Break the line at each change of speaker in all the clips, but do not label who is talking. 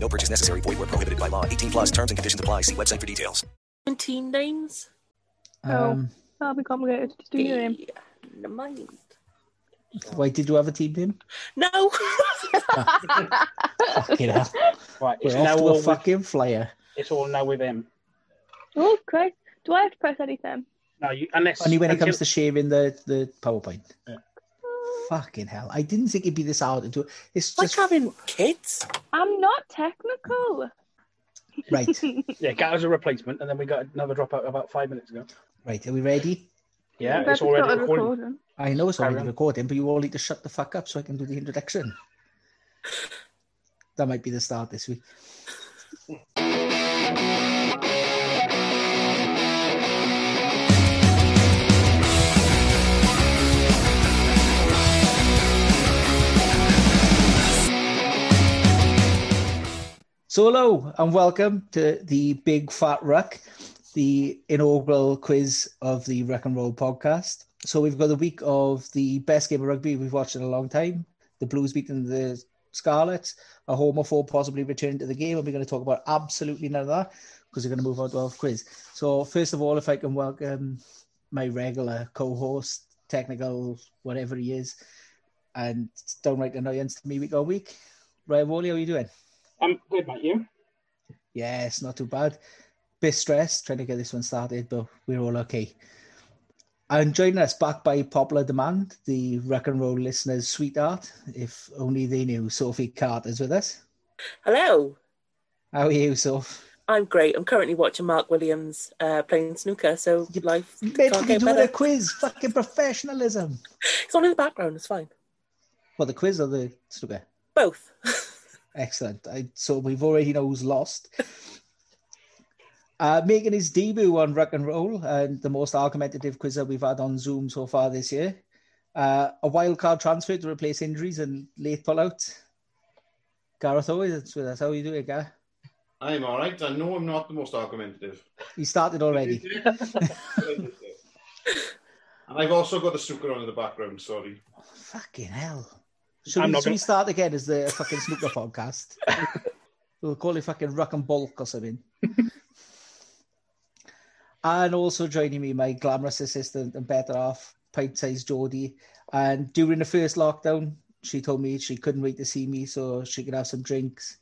No purchase necessary. Void where prohibited by law. 18 plus terms and conditions apply. See website for details.
Teen names?
Oh.
Um,
That'll be complicated to do your name.
Never mind.
Wait, did you have a team name?
No.
Fucking hell.
Right, it's
We're off
now
to
all
a
with,
fucking flyer.
it's all now with him.
Oh Christ! Do I have to press anything?
No, you, unless
Only when it
until-
comes to sharing the, the PowerPoint.
Yeah.
Fucking hell. I didn't think it'd be this hard to do. It's
It's like
just
having kids.
I'm not technical.
right.
yeah, Gatto's a replacement, and then we got another dropout about five minutes ago.
Right, are we ready?
Yeah,
But
it's
we started
already recording.
recording.
I know it's already
Carry on.
recording, but you all need to shut the fuck up so I can do the introduction. That might be the start this week. So hello and welcome to the Big Fat Ruck, the inaugural quiz of the Ruck and Roll podcast. So we've got a week of the best game of rugby we've watched in a long time. The Blues beating the Scarlets, a homophobe possibly returning to the game, and we're going to talk about absolutely none of that because we're going to move on to our quiz. So first of all, if I can welcome my regular co-host, technical whatever he is, and downright annoyance to me week on week. Ryan Wally, how are you doing?
I'm good, mate. You?
Yes, not too bad. Bit stressed trying to get this one started, but we're all okay. And joining us back by popular demand, the rock and roll listeners' sweetheart, if only they knew, Sophie Carter's with us.
Hello.
How are you, Soph?
I'm great. I'm currently watching Mark Williams uh, playing snooker, so
You-
life
You meant to
can't
be
get
doing a
better.
quiz. Fucking professionalism.
It's on in the background. It's fine.
Well, the quiz or the snooker?
Both.
Excellent. I, so we've already know who's lost. Uh, making his debut on Rock and Roll and the most argumentative quiz that we've had on Zoom so far this year. Uh, a wild card transfer to replace injuries and late pullout. Gareth Owen, that's with us. How are you doing, Gareth?
I'm all right. I know I'm not the most argumentative.
He started already.
and I've also got the snooker on in the background. Sorry.
Fucking hell. Should,
I'm
we,
not
should we
gonna-
start again as the fucking snooker podcast? We'll call it fucking Rock and Bulk or something. and also joining me, my glamorous assistant and better half, pint sized Geordie. And during the first lockdown, she told me she couldn't wait to see me so she could have some drinks,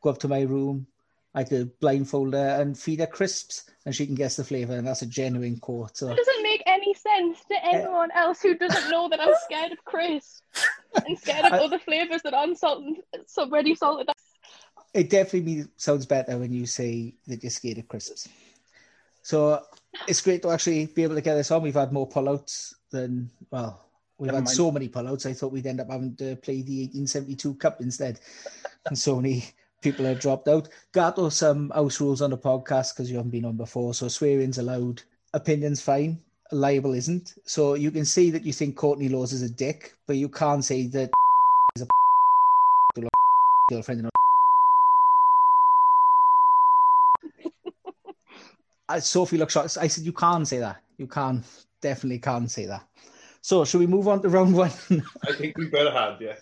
go up to my room. I could blindfold her and feed her crisps, and she can guess the flavour, and that's a genuine quote. So
It doesn't make any sense to anyone else who doesn't know that I'm scared of crisps and scared of
I-
other flavours that aren't salted, so already salted.
It definitely me- sounds better when you say that you're scared of crisps. So it's great to actually be able to get this on. We've had more pullouts than well, we've
Never
had
mind.
so many pullouts. I thought we'd end up having to play the 1872 Cup instead, and so many people have dropped out. Gato, some house rules on the podcast because you haven't been on before. So swearing's allowed, opinions fine, libel isn't. So you can say that you think Courtney Laws is a dick, but you can't say that is a girlfriend. and I, Sophie looks shocked. I said, "You can't say that. You can definitely can't say that." So, should we move on to round one?
I think we better had, yeah.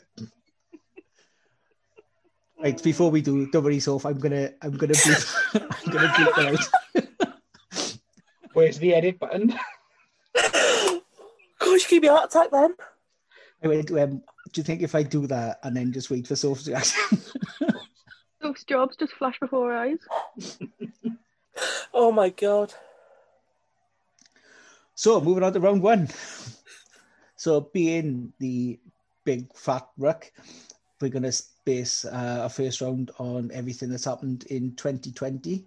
right before we do, don't worry, Soph. I'm gonna, I'm gonna, beep, I'm gonna beep them out.
Where's the edit button?
Gosh, give me a heart attack then.
I went, um, do you think if I do that and then just wait for Sophie's reaction?
Those jobs just flash before our eyes.
Oh my god.
so moving on to round one. So being the big fat ruck, we're going to base uh, our first round on everything that's happened in 2020.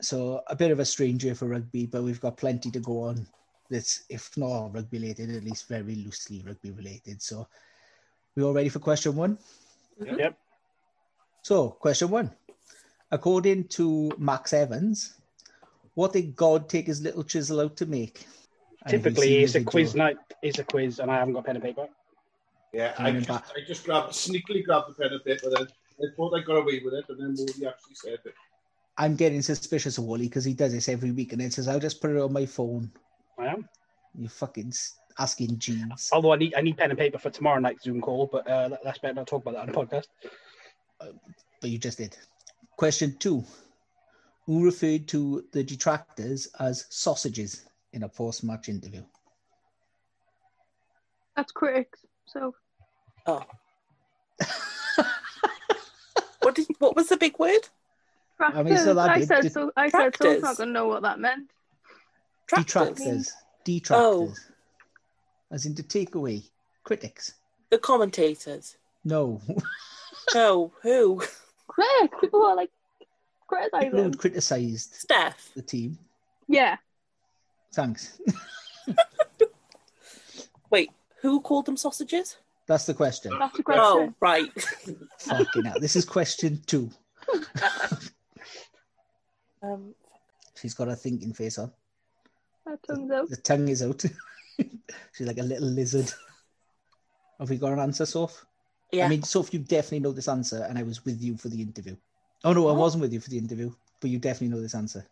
So a bit of a strange year for rugby, but we've got plenty to go on. That's if not rugby related, at least very loosely rugby related. So we all ready for question one?
yep.
So, question one. According to Max Evans, what did God take his little chisel out to make? And have you
Typically,
seen
it's
the
a quiz
video?
night. It's a quiz, and I haven't got pen and paper.
Yeah, I
Turn it
just,
back.
I just grabbed, sneakily grabbed the pen and paper then. I thought I got away with it, and then Moody actually said it.
I'm getting suspicious of Wally because he does this every week and then says, I'll just put it on my phone.
I am.
You fucking s- asking Jeeves.
Although I need I need pen and paper for tomorrow night's Zoom call, but uh, that- that's better not talk about that on the podcast.
But you just did. Question two. Who referred to the detractors as sausages in a post match interview?
That's critics. So
Oh. what did what was the big word?
tractors. I,
mean, so that did-
said
did-
so. I said so.
Tractors.
not gonna know what that meant.
Detractors. Detractors. As in to take away critics.
The commentators.
No,
No, who?
Critics. People are like criticizing.
people who criticised
Steph.
the team.
Yeah.
Thanks.
Wait, who called them sausages?
That's the question.
That's the question.
Oh, right.
Fucking hell. This is question two.
Um,
She's got her thinking face on.
That turns out.
The tongue is out. She's like a little lizard. Have we got an answer, Soph?
yeah.
I mean, Soph, you definitely know this answer, and I was with you for the interview. Oh, no, I wasn't with you for the interview, but you definitely know this answer.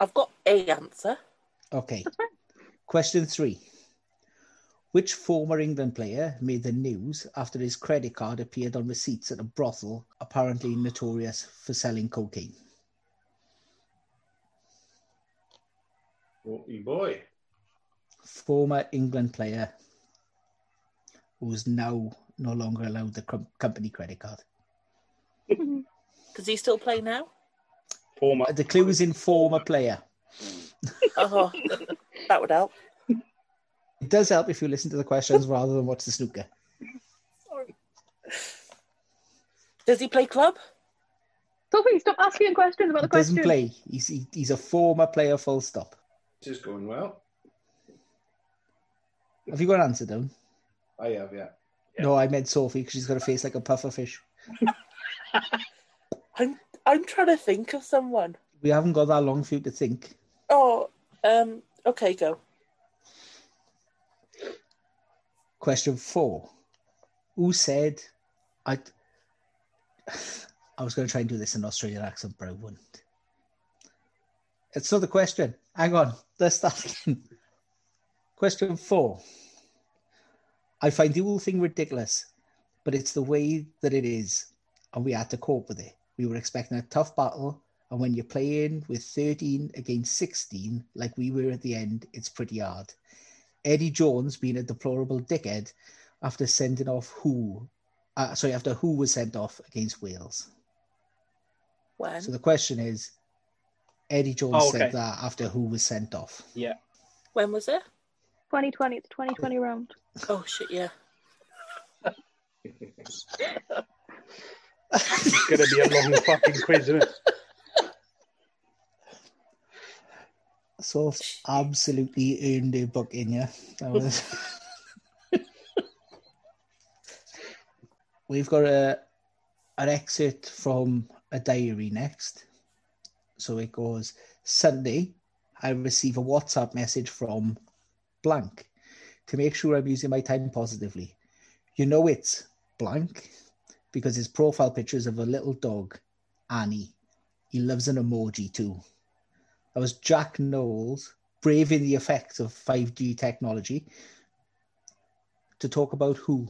I've got a answer.
Okay. Question three. Which former England player made the news after his credit card appeared on receipts at a brothel apparently notorious for selling cocaine?
Naughty boy.
Former England player who's now no longer allowed the com- company credit card.
Does he still play now?
Former.
The clue is in former player.
Oh, that would help.
It does help if you listen to the questions rather than watch the snooker.
Does he play club?
Sophie, stop asking questions about the
He doesn't
question.
play. He's, he, he's a former player, full stop.
This is going well.
Have you got an answer, Don?
I have, yeah.
No, I meant Sophie because she's got a face like a puffer fish.
I'm I'm trying to think of someone.
We haven't got that long for you to think.
Oh, um, okay, go.
Question four. Who said I I was gonna try and do this in Australian accent, but I wouldn't. It's not the question. Hang on, let's start again. Question four. I find the whole thing ridiculous, but it's the way that it is, and we had to cope with it. We were expecting a tough battle, and when you're playing with 13 against 16, like we were at the end, it's pretty hard. Eddie Jones being a deplorable dickhead after sending off who, uh, sorry, after who was sent off against Wales.
When?
So the question is, Eddie Jones
Oh, okay.
said that after who was sent off.
Yeah.
When was it?
2020. It's 2020 round.
Oh shit, yeah.
It's gonna be a long fucking quiz, isn't it?
So absolutely earned their book in yeah. That was. We've got a an exit from a diary next. So it goes Sunday, I receive a WhatsApp message from blank to make sure I'm using my time positively. You know it's blank because his profile picture is of a little dog, Annie. He loves an emoji too. That was Jack Knowles braving the effects of 5G technology to talk about who.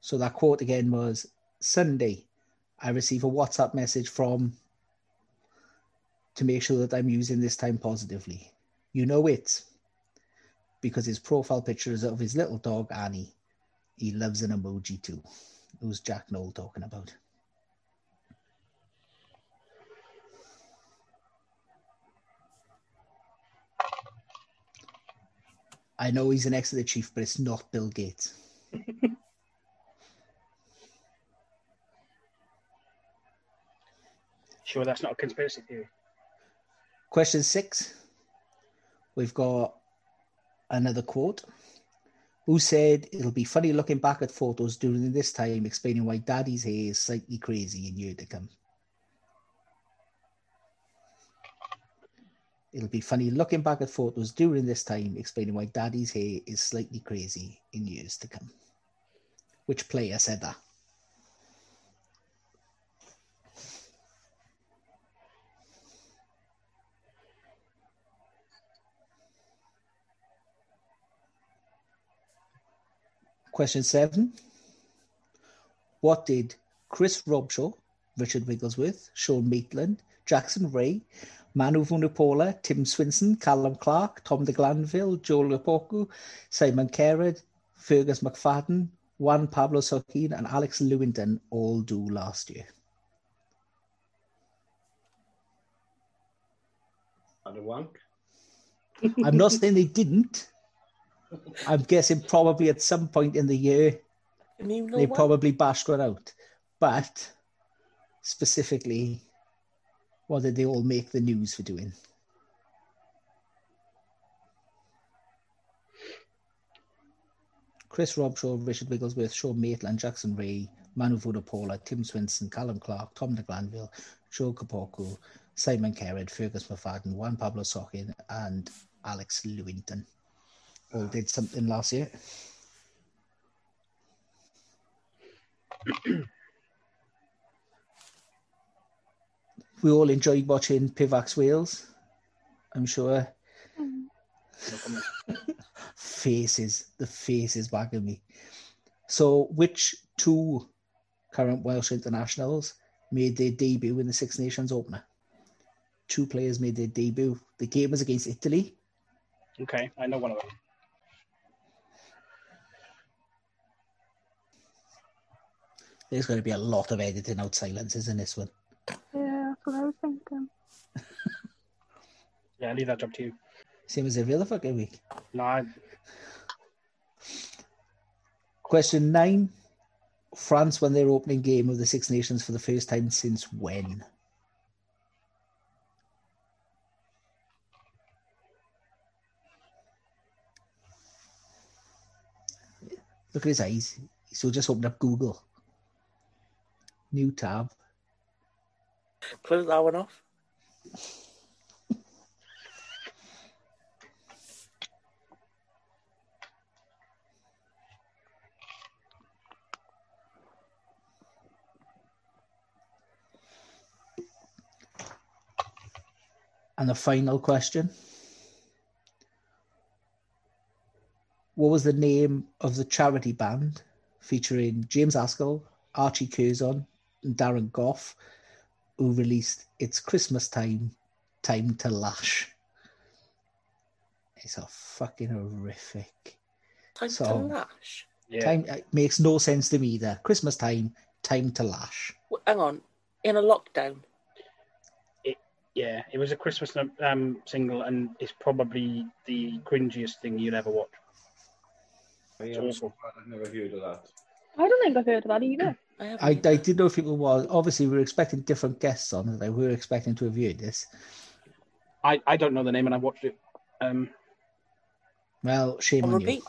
So that quote again was Sunday, I receive a WhatsApp message from to make sure that I'm using this time positively. You know it because his profile picture is of his little dog, Annie. He loves an emoji too. It was Jack Knoll talking about. I know he's an ex of the chief, but it's not Bill Gates.
Sure, that's not a conspiracy theory.
Question six. We've got another quote. Who said it'll be funny looking back at photos during this time explaining why daddy's hair is slightly crazy in year to come? It'll be funny looking back at photos during this time explaining why daddy's hair is slightly crazy in years to come. Which player said that? Question seven. What did Chris Robshaw, Richard Wigglesworth, Sean Maitland, Jackson Ray, Manu Vunipola, Tim Swinson, Callum Clark, Tom de Glanville, Joel Lepoku, Simon Kerrod, Fergus McFadden, Juan Pablo Sokin, and Alex Lewington all do last year?
And a wank.
I'm not saying they didn't. I'm guessing probably at some point in the year
Can you know
they
what?
probably bashed one out. But specifically, what did they all make the news for doing? Chris Robshaw, Richard Wigglesworth, Sean Maitland, Jackson Ray, Manu Vodapola, Tim Swinson, Callum Clark, Tom de Glanville, Joe Kapoku, Simon Kerrod, Fergus McFadden, Juan Pablo Sokin, and Alex Lewington all did something last year. we all enjoyed watching Pivac's Wheels. I'm sure. faces, the faces back at me. So, which two current Welsh internationals made their debut in the Six Nations opener? Two players made their debut. The game was against Italy.
Okay, I know one of them.
There's going to be a lot of editing out silences in this one.
Yeah, that's what I was thinking.
Yeah, leave that job to you.
Same as every other fucking week.
No, I,
Question nine. France won their opening game of the Six Nations for the first time since when? Look at his eyes. So just open up Google. New tab.
Close that one off.
And the final question. What was the name of the charity band featuring James Askell, Archie Curzon, and Darren Goff, who released It's Christmas Time, Time to Lash? It's a fucking horrific.
Time to
So-
lash.
yeah.
Time it makes no sense to me either. Christmas time, time to lash.
W- Hang on. In a lockdown.
Yeah, it was a Christmas um, single, and it's probably the cringiest thing you'll ever watch.
I
It's
am
awful.
so glad I've never heard of that.
I don't think I've heard of that either.
I
I, I
haven't.
didn't know if people was obviously we were expecting different guests on and I were expecting to review this.
I, I don't know the name, and I watched it. Um,
Well, shame
On
on you.
repeat.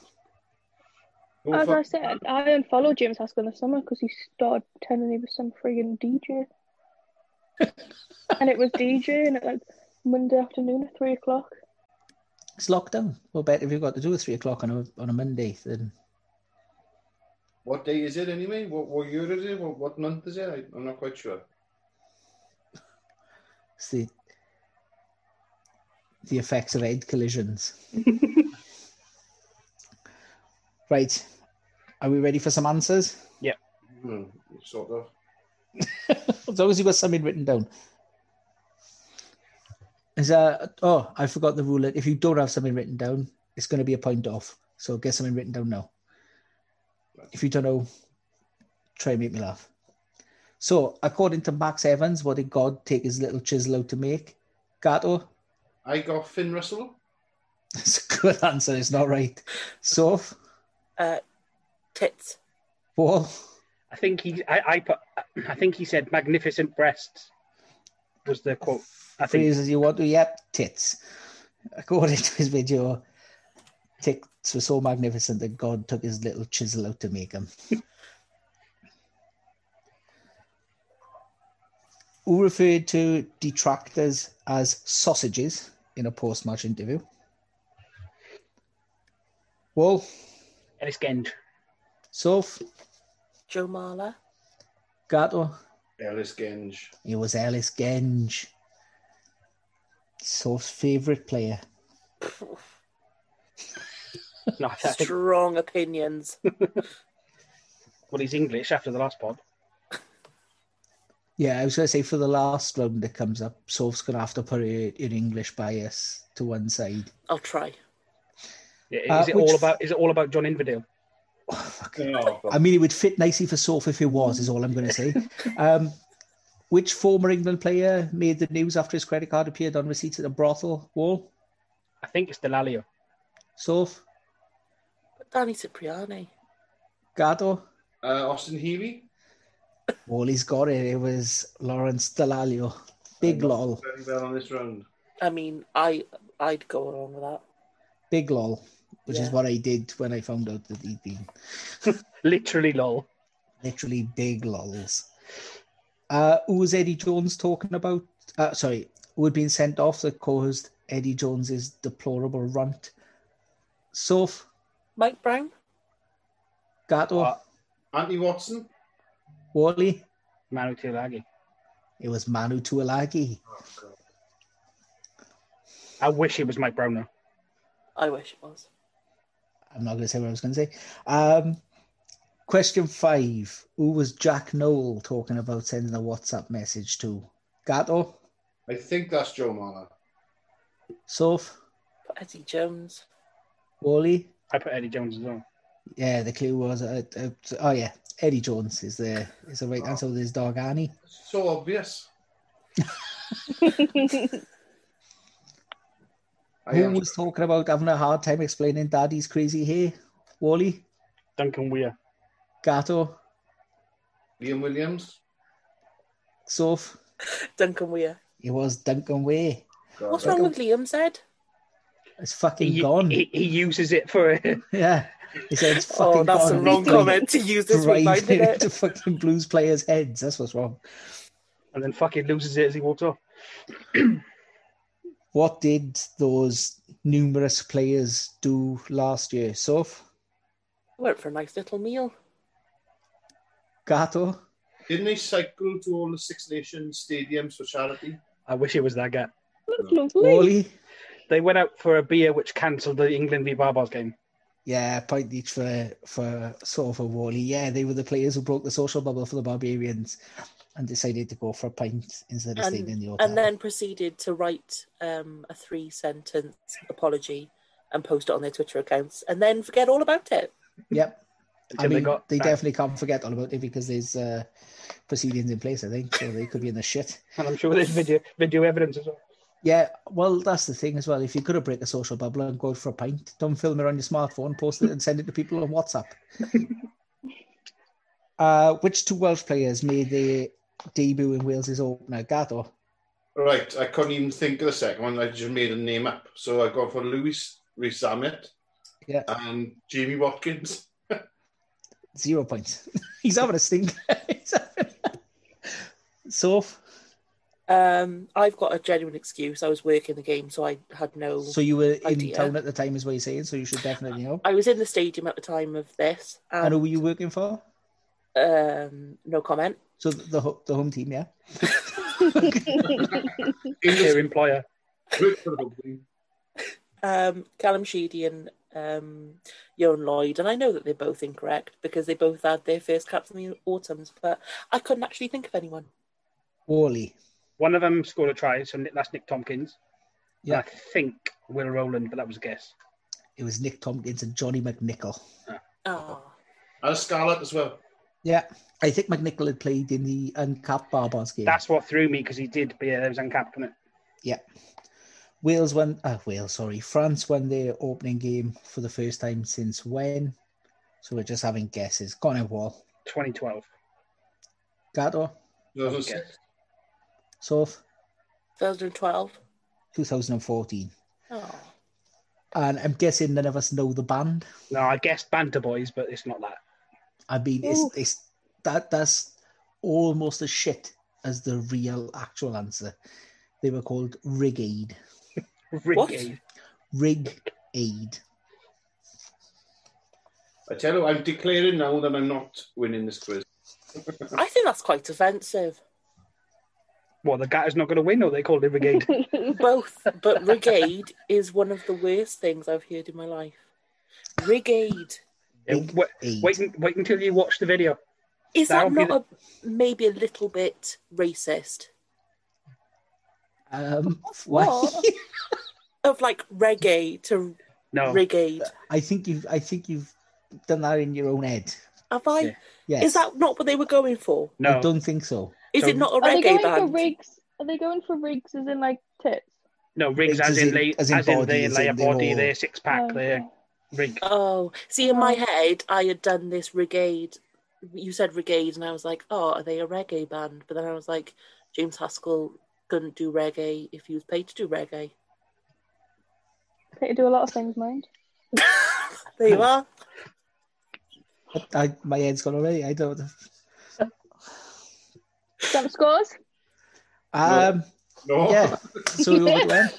Who
As I
fuck-
said, I unfollowed James Haskell in the summer because he started telling he was some friggin' DJ. and it was DJing at like Monday afternoon at three o'clock.
It's lockdown. Well, better if you've got to do at three o'clock on a on a Monday than
What day is it anyway? What, what year is it? What, what month is it? I, I'm not quite sure.
It's the the effects of head collisions. right. Are we ready for some answers?
Hmm, sort of.
as long as you've got something written down. Is uh oh I forgot the rule. If you don't have something written down, it's going to be a point off. So get something written down now. If you don't know, try and make me laugh. So according to Max Evans, what did God take his little chisel out to make? Gato.
I got Finn Russell.
That's a good answer. It's not right. Soph,
Uh, tits.
Paul,
I think he, I, I put, I think he said magnificent breasts was the quote. I think
phrases you want to. Yep, tits. According to his video, tits were so magnificent that God took his little chisel out to make them. Who referred to detractors as sausages in a post-match interview? Well,
Ellis Genge.
Soph,
Joe Marler.
Gato,
Ellis Genge.
It was Ellis Genge. Soph's favourite player.
No, I think,
Strong opinions.
well, he's English after the last pod.
Yeah, I was going to say for the last round that comes up, Soph's going to have to put her, her English bias to one side.
I'll try.
Yeah, Is
Uh,
it
which-
all about? Is it all about John Inverdale?
Oh,
I mean, it would fit nicely for Soph if it was, is all I'm going to say. um, which former England player made the news after his credit card appeared on receipt at a brothel wall?
I think it's Delalio.
Soph?
But Danny Cipriani.
Gado?
uh, Austin Healy.
Well, he's got it. It was Lawrence Delalio. Big lol.
Very well on this round.
I mean, I I'd go along with that.
Big lol, which is
Yeah.
what I did when I found out that he'd been
Literally, lol.
literally big lols. Uh, who was Eddie Jones talking about? Uh, sorry, who had been sent off that caused Eddie Jones's deplorable runt? Soph,
Mike Brown.
Gato,
Uh,
Anthony Watson.
Wally.
Manu Tilagi.
It was Manu Tuolagi.
I wish it was Mike Brown now.
I wish it was.
I'm not going to say what I was going to say. Um, question five: Who was Jack Noel talking about sending a WhatsApp message to? Gato,
I think that's Joe Marler.
Soph,
But Eddie Jones.
Wally.
I put Eddie Jones as well.
Yeah, the clue was. Uh, uh, oh yeah, Eddie Jones is the is the right
Oh.
answer with his dog Annie.
So obvious. I
Who
am-
was talking about having a hard time explaining Daddy's crazy hair? Wally,
Duncan Weir.
Gato,
Liam Williams.
Soph.
Duncan Weir.
It was Duncan Way.
God,
What's
that-
wrong with Liam's head?
It's fucking
He,
gone.
he, he uses it for.
yeah. He said it's fucking
Oh, that's the
gone.
wrong
He's gone
comment to use this
Driving
reminded
it
it.
into fucking blues players' heads. That's what's wrong.
and then fucking loses it as he walks off.
What did those numerous players do last year? Soph,
Went for a nice little meal.
Gato,
Didn't they cycle to all the Six Nations stadiums for charity?
I wish it was that guy.
That's lovely.
Wally.
They went out for a beer, which cancelled the England v Barbados game.
Yeah, point each for for sort of a Wally. Yeah, they were the players who broke the social bubble for the Barbarians and decided to go for a pint instead of staying in the
And,
hotel.
and then proceeded to write um, a three sentence apology and post it on their Twitter accounts and then forget all about it.
yep.
Until
I mean, they,
they got back.
definitely can't forget all about it because there's uh, proceedings in place, I think, so they could be in the shit.
And I'm sure there's video video evidence as well.
Yeah, well, that's the thing as well. If you could have break a social bubble and go out for a pint, don't film it on your smartphone, post it and send it to people on WhatsApp. uh, which two Welsh players made their debut in Wales's opener? Gato.
Right, I couldn't even think of the second one. I just made a name up. So I got for Louis Rizamet
Yeah.
and Jamie Watkins.
Zero points. He's having a stink. so,
Um, I've got a genuine excuse. I was working the game, so I had no.
so you were in
Idea.
town at the time, is what you're saying. So you should definitely know.
I was in the stadium at the time of this.
And
And,
who were you working for?
um, no comment.
So the the ho- the home team, yeah.
Your
English
employer.
word for the whole thing.
um, Callum Sheedy and um, Joan Lloyd, and I know that they're both incorrect because they both had their first caps in the autumns, but I couldn't actually think of anyone.
Wally.
One of them scored a try, so Nick, that's Nick Tompkins. Yeah.
Yeah.
I think Will Rowland, but that was a guess.
It was Nick Tompkins and Johnny McNichol.
Ah,
And a Scarlet as well.
Yeah. I think McNichol had played in the uncapped Barbars game.
That's what threw me because he did, but yeah, there was uncapped, wasn't it?
Yeah. Wales won, ah, Wales, sorry. France won their opening game for the first time since when? So we're just having guesses. Gone in wall.
2012.
Gato,
2006.
Soph,
2012.
2014.
Oh,
And I'm guessing none of us know the band.
No, I guessed Banter Boys, but it's not that.
I mean, it's, it's that that's almost as shit as the real actual answer. They were called Rig Aid.
What?
Ricky.
Rig Aid.
I tell you, I'm declaring now that I'm not winning this quiz.
I think that's quite offensive.
Well, the guy is not going to win, or they called it Brigade.
Both, but brigade is one of the worst things I've heard in my life. Brigade.
Yeah,
Rig
wait,
Aid.
wait, wait until you watch the video.
Is that,
That'll be
not a, maybe a little bit racist?
Um,
What? Of like reggae to
No,
brigade.
I think you've I think you've done that in your own head.
Have I?
Yeah.
Yes.
Is that not what they were going for?
I
no.
don't think so.
Is
So-
it not a
Are they
reggae
going
band?
for rigs? Are they going for rigs as in like tits?
No, rigs as, in, lay, as in,
body,
they
as
lay
in
a
they're
body,
all-
their six pack,
Oh,
their
okay.
rig.
Oh, see, in my head, I had done this reggae. You said reggae, and I was like, oh, are they a reggae band? But then I was like, James Haskell couldn't do reggae if he was paid to do reggae.
They do a lot of things, mind.
There you are.
I, my head's gone already. I don't.
Jump scores.
Um,
No.
yeah. So we went when?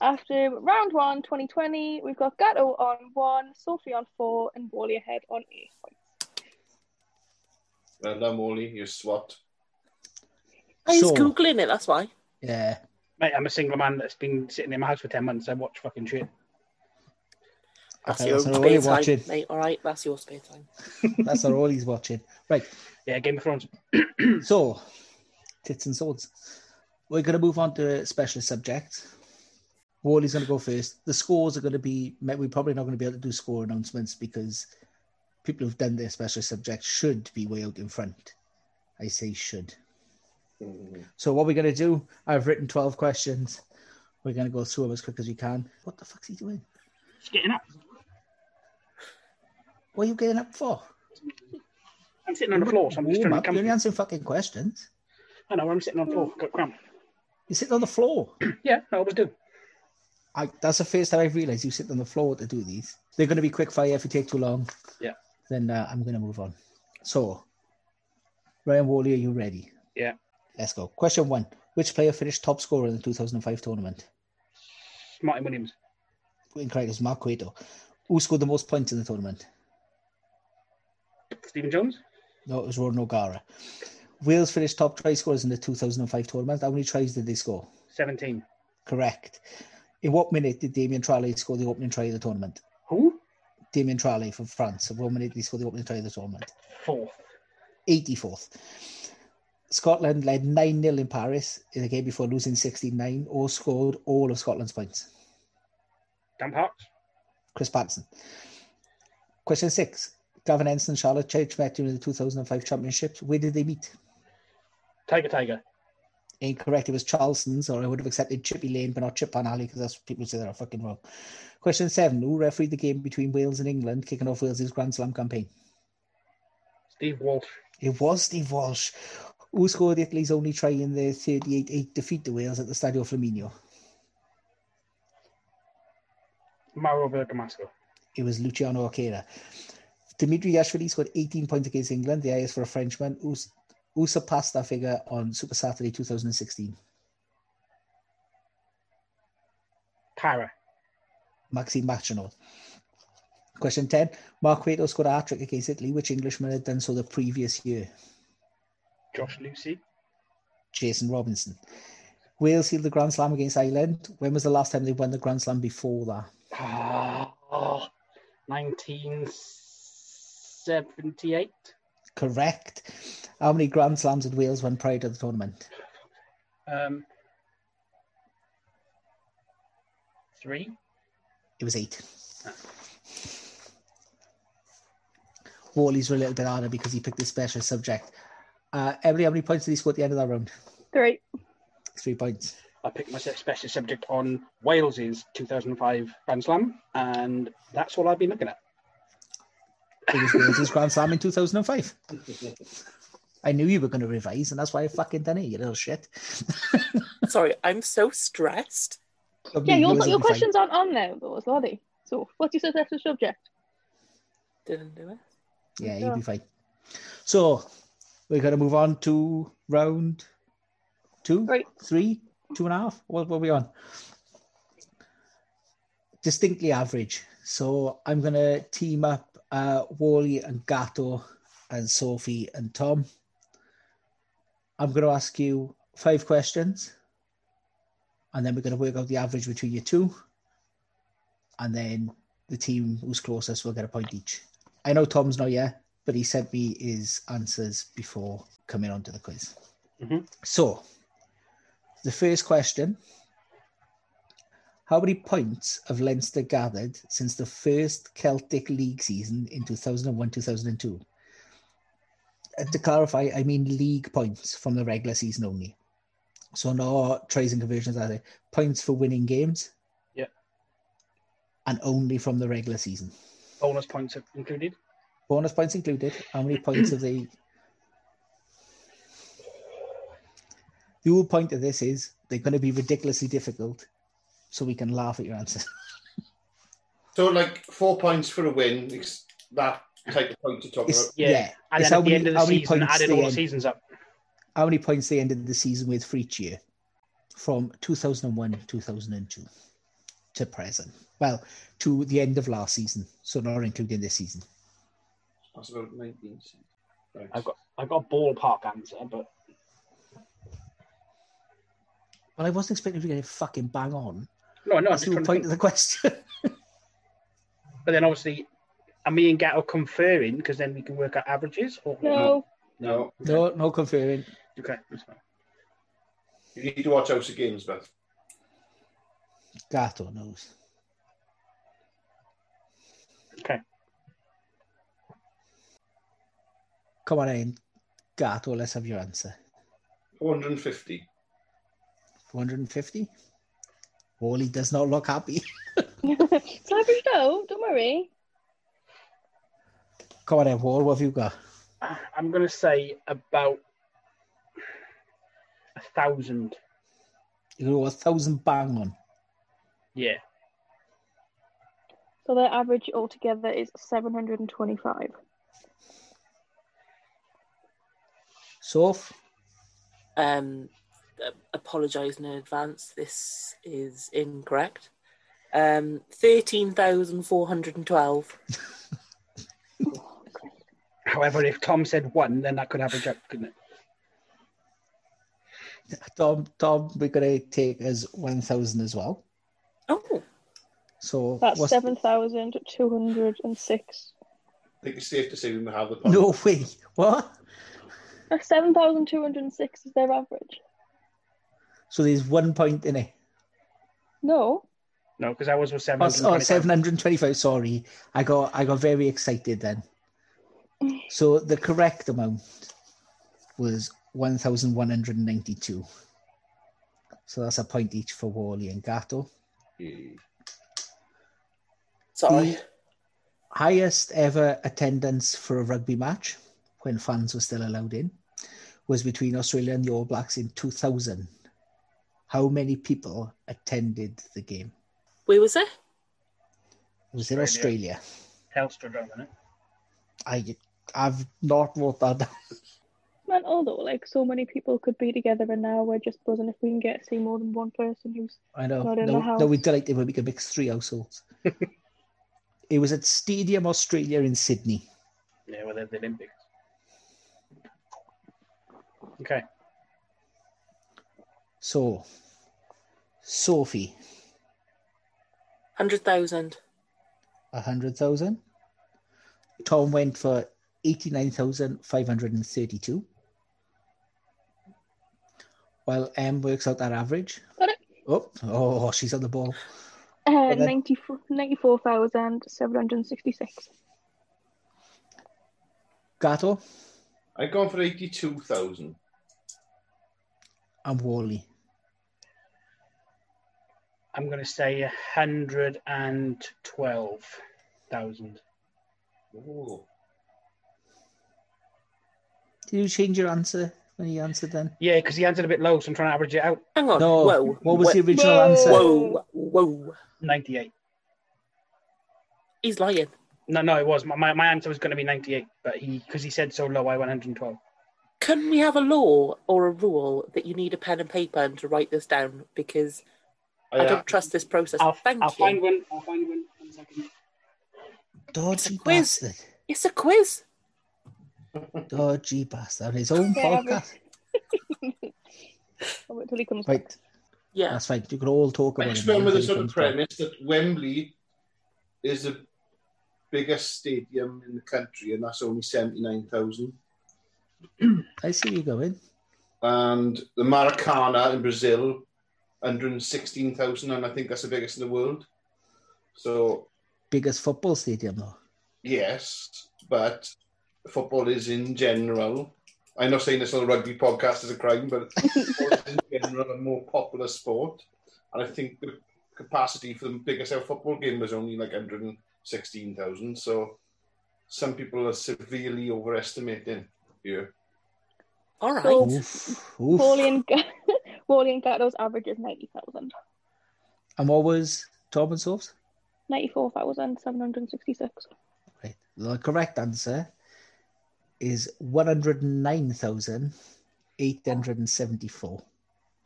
After round one, 2020, we've got Gato on one, Sophie on four, and Wally ahead on eight points.
Well done, Wally. You swat.
He's
So-
Googling it, that's why.
Yeah.
Mate, I'm a single man that's been sitting in my house for 10 months. I watch fucking shit.
That's
Okay,
your
that's not all
spare
you're
time,
watching.
mate. All right, that's your spare time.
That's not all he's watching. Right.
Yeah, Game of Thrones.
So, tits and swords. We're going to move on to a specialist subject. Wally's going to go first. The scores are going to be. We're probably not going to be able to do score announcements because people who've done their specialist subject should be way out in front. I say should. So what we're going to do? I've written twelve questions. We're going to go through them as quick as we can. What the fuck's he doing?
Just getting up.
What are you getting up for?
I'm sitting on the floor, so I'm just
Warm
trying to
up. You're only
come.
answering fucking questions.
I know, I'm sitting on the floor. Got cramp.
You're sitting on the floor.
Yeah, I always do.
I, that's the first time I've realised you sit on the floor to do these. They're going to be quick fire if you take too long.
Yeah.
Then uh, I'm going to move on. So, Ryan Wally, are you ready?
Yeah.
Let's go. Question one Which player finished top scorer in the 2005 tournament?
Martin Williams.
Incorrect, it's Mark Cueto. Who scored the most points in the tournament?
Stephen Jones.
No, it was Ron O'Gara. Wales finished top try scorers in the 2005 tournament. How many tries did they score?
17.
Correct. In what minute did Damien Trale score the opening try of the tournament?
Who?
Damien Trale from France. In what minute did he score the opening try of the tournament?
Fourth.
84th. Scotland led 9 0 in Paris in the game before losing 69, or scored all of Scotland's points.
Damn Hearts.
Chris Patson. Question six Gavin Ensign and Charlotte Church met during the 2005 Championships. Where did they meet?
Tiger Tiger.
Incorrect. It was Charleston's, or I would have accepted Chippy Lane, but not Chip Van Alley, because that's what people say that are fucking wrong. Question seven Who refereed the game between Wales and England, kicking off Wales' Grand Slam campaign?
Steve Walsh.
It was Steve Walsh. Who scored Italy's only try in their 38 8 defeat to Wales at the Stadio Flaminio?
Mauro Bergamasco.
It was Luciano Oquera. Dimitri Yashvili scored 18 points against England, the highest for a Frenchman, who, who surpassed that figure on Super Saturday 2016.
Cara.
Maxime Machinot. Question 10. Mark Cueto scored a hat-trick against Italy, which Englishman had done so the previous year?
Josh Lucy.
Jason Robinson. Wales sealed the Grand Slam against Ireland. When was the last time they won the Grand Slam before that?
Oh, 1978.
Correct. How many Grand Slams did Wales win prior to the tournament?
Um, three.
It was eight. Wally's were a little bit harder because he picked a special subject. Uh, Emily, how many points did he score at the end of that round?
Three.
Three points.
I picked my special subject on Wales's 2005 Grand Slam, and that's all I've been looking at.
It was Wales' Grand Slam in 2005. I knew you were going to revise, and that's why I fucking done it, you little shit.
Sorry, I'm so stressed.
Yeah,
Yours
your,
will
your
be fine.
questions aren't on there, though, as well, are they? So, what's your successful subject?
Didn't do it.
Yeah, you'll be fine. So we're going to move on to round two,
Right.
three, two and a half. What were we on? Distinctly average. So I'm going to team up uh, Wally and Gato and Sophie and Tom. I'm going to ask you five questions and then we're going to work out the average between you two. And then the team who's closest will get a point each. I know Tom's not here, but he sent me his answers before coming onto the quiz.
Mhm.
So, the first question How many points have Leinster gathered since the first Celtic League season in 2001 2002? And Uh, to clarify, I mean league points from the regular season only. So, no tries and conversions either. Points for winning games.
Yep.
And only from the regular season.
Bonus points are included.
Bonus points included. How many points have they? The whole point of this is they're going to be ridiculously difficult, so we can laugh at your answers.
So, like, four points for a win, it's that type of point to talk
It's,
about.
yeah.
Yeah. And
it's
then
how
at the
many,
end of
how
the
many
season,
points
added
they
all the
end-
seasons up.
how many points they ended the season with for each year from 2001 2002 to present. Well, to the end of last season, so not including this season.
That's about 19. so- Right.
I've got I've got a ballpark answer, but
Well, I wasn't expecting to get it fucking bang on.
no, no. I'm
That's
just
the whole
trying to
point
think.
of the question.
But then obviously, are me and Gatto conferring because then we can work out averages? Or
No.
No,
no, no conferring.
Okay. that's fine.
you need to watch House of Games, Beth.
Gato knows.
Okay.
Come on in, Gato. Let's have your answer.
450.
450. Wally does not look happy.
it's average, though. Don't worry.
Come on in, Wall. What have you got?
I'm going to say about a thousand.
You go a thousand bang on.
Yeah.
So, their average altogether is 725.
Soph,
Um, apologise in advance. This is incorrect. Um, thirteen thousand four hundred and twelve.
However, if Tom said one, then that could average up, couldn't it?
Tom, Tom. We're gonna take as one thousand as well.
Oh,
So
That's
what's-
7,206.
I think it's safe to say we may have the point.
No way. What?
That's 7,206 is their average.
So there's one point in it.
No.
No, because ours
Oh,
was seven.
s- oh, 725. Sorry, I got I got very excited then. So the correct amount was 1,192. So that's a point each for Wally and Gato.
sorry.
The highest ever attendance for a rugby match when fans were still allowed in was between Australia and the All Blacks in 2000. How many people attended the game?
Where was it?
Was it
Australia.
Australia?
Telstra drone, isn't it?
I I've not wrote that down.
Man, although, like, so many people could be together, and now we're just buzzing if we can get to see more than one person who's.
I know.
Not in
no,
the house.
no, we delighted when we could mix three households. it was at Stadium Australia in Sydney.
Yeah, well, they're the Olympics. Okay.
So, Sophie,
100,000.
100,000. Tom went for 89,532. While M works out that average.
Got it.
Oh, oh, she's on the ball.
Uh,
then-
94 94,766.
Gato
I've gone for 82,000.
and Wally.
I'm going to say 112,000.
Ooh.
Did you change your answer when you answered then?
Yeah, because he answered a bit low, so I'm trying to average it out.
Hang on.
No.
Whoa.
What was
whoa,
the original
Whoa.
answer?
Whoa. Whoa.
98.
He's lying.
No, no, it was. My, my, my answer was going to be 98, but he, because he said so low, I went 112.
Can we have a law or a rule that you need a pen and paper and to write this down? Because I don't trust this process.
Oh, I'll,
Thank
I'll
you.
find one. I'll find one. One second.
Dodgy
quiz.
bastard.
It's a quiz.
Dodgy bastard. His own
Yeah, but-
podcast.
I'll wait till he comes back.
Right,
Yeah.
that's fine. You can all talk
I
about
just
it.
went with the
until
sort
he
of
comes back.
premise that Wembley is the biggest stadium in the country, and that's only 79,000.
I see you going.
And the Maracana in Brazil, 116,000, and I think that's the biggest in the world. So,
Biggest football stadium, though.
yes, but football is in general. I'm not saying this on a rugby podcast is a crime, but football is in general a more popular sport. And I think the capacity for the biggest ever football game was only like 116,000. So some people are severely overestimating here.
All right.
So-
Oof, oof.
Wally and, Ga- Wally and Gato's average is 90,000.
And what was Tom and Soaps?
94,766.
Right. The correct answer is 109,874.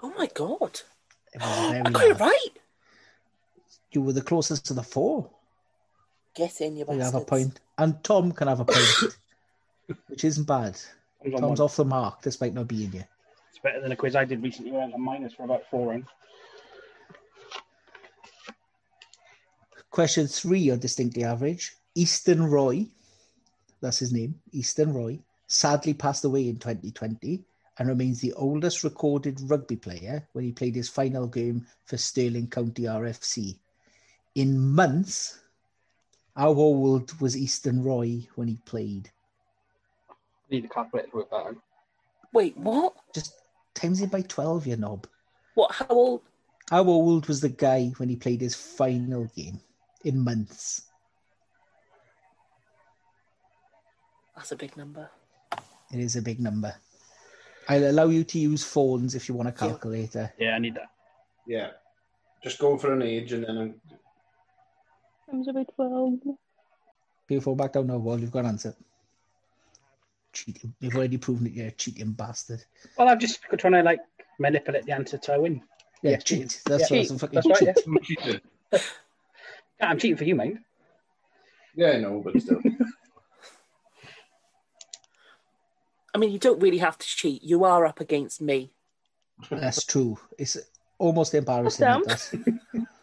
oh my god.
It was
I
very
got it
large.
right.
You were the closest to the four.
Get in, you
You
bastards.
have a point. And Tom can have a point, which isn't bad.
Comes on
Tom's
one.
off the mark despite not being here.
It's better than a quiz I did recently. where I was a minus for about four rounds.
Question three on distinctly average. Easton Roy, that's his name, Easton Roy, sadly passed away in 2020 and remains the oldest recorded rugby player when he played his final game for Stirling County RFC. In months, how old was Easton Roy when he played?
Need a calculator to work that out.
Wait, what?
Just times it by 12, you knob.
What? How old?
How old was the guy when he played his final game in months?
That's a big number.
It is a big number. I'll allow you to use phones if you want a calculator.
Yeah, I need that.
Yeah. Just go for an age and then I'm
Times about 12.
Put your phone back down now, Wall. You've got an answer. Cheating. You've already proven it. You're a cheating bastard.
Well, I'm just trying to like manipulate the answer to I win.
Yeah,
Yeah,
cheat. That's,
Yeah.
that's a fucking
That's right. Yeah.
cheat.
I'm cheating.
Yeah, I'm cheating for you, mate.
Yeah, I know, but still.
I mean, you don't really have to cheat. You are up against me.
That's true. It's almost embarrassing. that that's-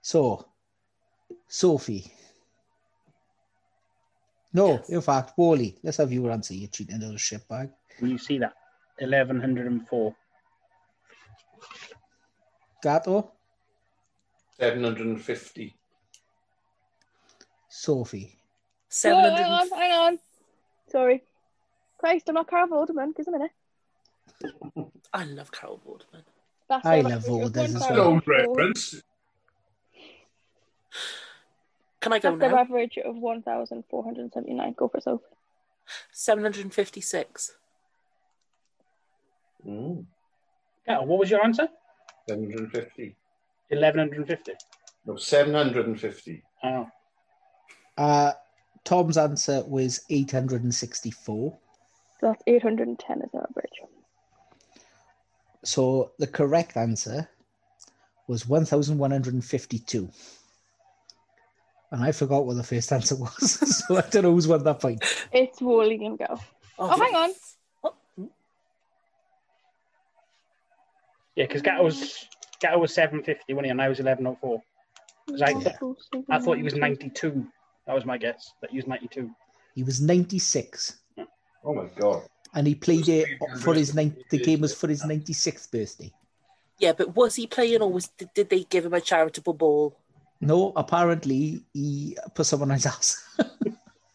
so, Sophie. No,
Yes.
in fact, Wally. Let's have your answer. You cheating little shitbag.
Will you see that? 1104.
Gato,
750.
Sophie.
Whoa,
Seven
hang on,
hundred.
hang on. Sorry. Christ, I'm not Carol Alderman. Give us a minute.
I love Carol Vorderman.
That's
I
all
love
can do.
Alders
One
as well.
Carol
No
Alderman.
reference.
Can I go
That's the
now?
average of 1,479. Go for Sophie.
Seven hundred and fifty-six.
Mm,
Yeah, what was your answer?
750.
1150.
No, 750.
Oh,
Uh, Tom's answer was 864.
So that's 810 as an average.
So the correct answer was 1,152. And I forgot what the first answer was. so I don't know who's won that point.
It's Wally and Go. Oh, hang on.
Oh,
Yeah, because Gatto was Gatto was seven fifty when he and I was eleven oh four. Because I, I thought he was ninety two. That was my guess. That he was ninety two.
He was 96
Oh my god.
and he played it for his nine, the game was for his 96th birthday.
Yeah, but was he playing or was did, did they give him a charitable ball?
No, apparently he put someone on his ass.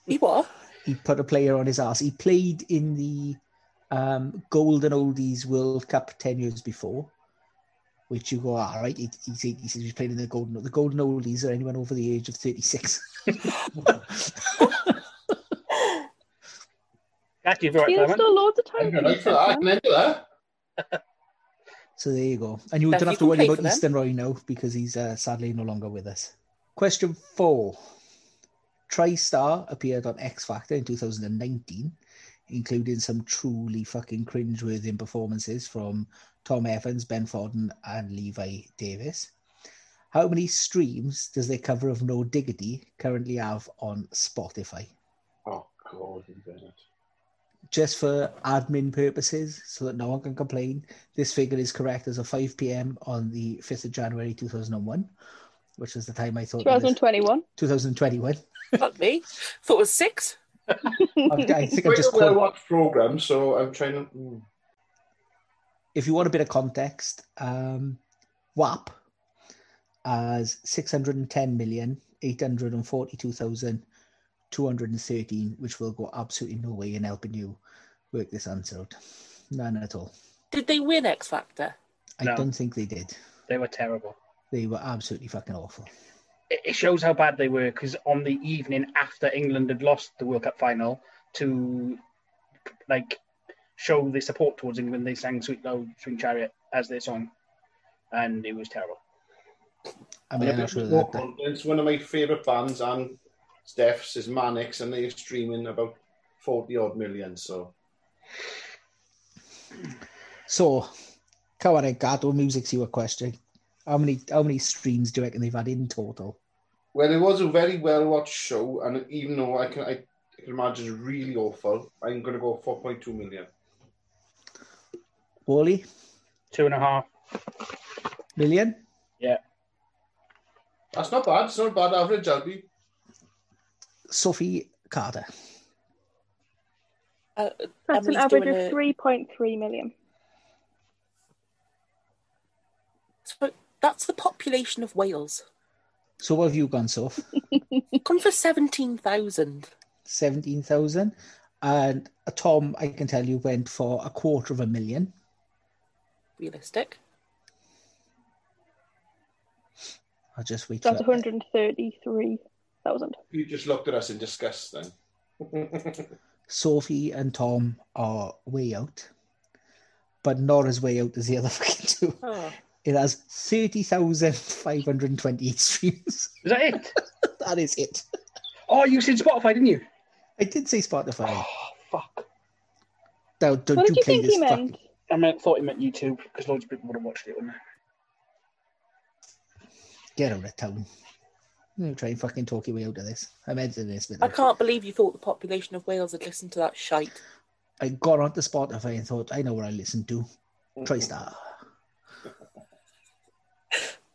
He what?
he put a player on his ass. He played in the um, Golden Oldies World Cup 10 years before, which you go, all right, he, he's 86, he's playing in the Golden The Golden Oldies are anyone over the age of 36.
Actually, you're right,
Yeah, there's
Simon.
still loads of
I'm
time.
going to
for
like for that. I
yourself,
can
man.
enter that.
so there you go. And you
Beth,
don't
you
have to
can
worry
pay for
about
them.
Eastern Roy now because he's uh, sadly no longer with us. Question four. TriStar appeared on X Factor in 2019, including some truly fucking cringe-worthy performances from Tom Evans, Ben Fodden, and Levi Davis. How many streams does their cover of No Diggity currently have on Spotify?
Oh god, you better.
Just for admin purposes, so that no one can complain, this figure is correct as of 5 p.m. on the 5th of January 2001, which is the time I thought. it was-
2021.
2021.
Not me. Thought it was six.
I've- I think I
Quite
just.
a well
quote-
watched program, so I'm trying to. Mm.
if you want a bit of context, um, WAP has 610,842,213, which will go absolutely no way in helping you work this answer out. None at all.
Did they win X Factor?
I
No.
don't think they did.
They were terrible.
They were absolutely fucking awful.
It, it shows how bad they were because on the evening after England had lost the World Cup final to like show their support towards England, they sang "Sweet Low Swing Chariot" as their song, and it was terrible.
I mean,
And
I'm
a
not sure
bit
of
more
that. but-
confidence. One of my favourite bands and Steph's is Manix, and they're streaming about 40 odd million. So,
So, Kawarek Gato Music's your question. How many how many streams do you reckon they've had in total?
well, it was a very well watched show, and even though I can, I, I can imagine it's really awful, I'm going to go 4.2 million.
Wally,
Two and a half.
million?
Yeah.
That's not bad. It's not a bad average, Albie.
Sophie Carter.
Uh,
That's an
Emily's
average
doing
of
a-
3.3 million.
so that's the population of Wales.
So, what have you gone, Soph?
Come for seventeen thousand.
seventeen thousand, and a Tom I can tell you went for a quarter of a million.
Realistic.
I'll just wait
That's
for
133,000.
You just looked at us in disgust then.
Sophie and Tom are way out, but not as way out as the other fucking two.
Oh.
It has thirty thousand five hundred and twenty-eight streams.
Is that it?
that is it.
oh, you said Spotify, didn't you?
I did say Spotify.
Oh, fuck.
Now, don't
What
you
did you
play
think
this
he
fucking-
meant?
I meant, thought it meant YouTube because loads of people would have watched it, wouldn't they?
Get out of town. I'm gonna try and fucking talk your way out of this. I'm editing this bit.
I
out.
can't believe you thought the population of Wales had listened to that shite.
I got onto Spotify and thought, I know what I listen to. TriStar.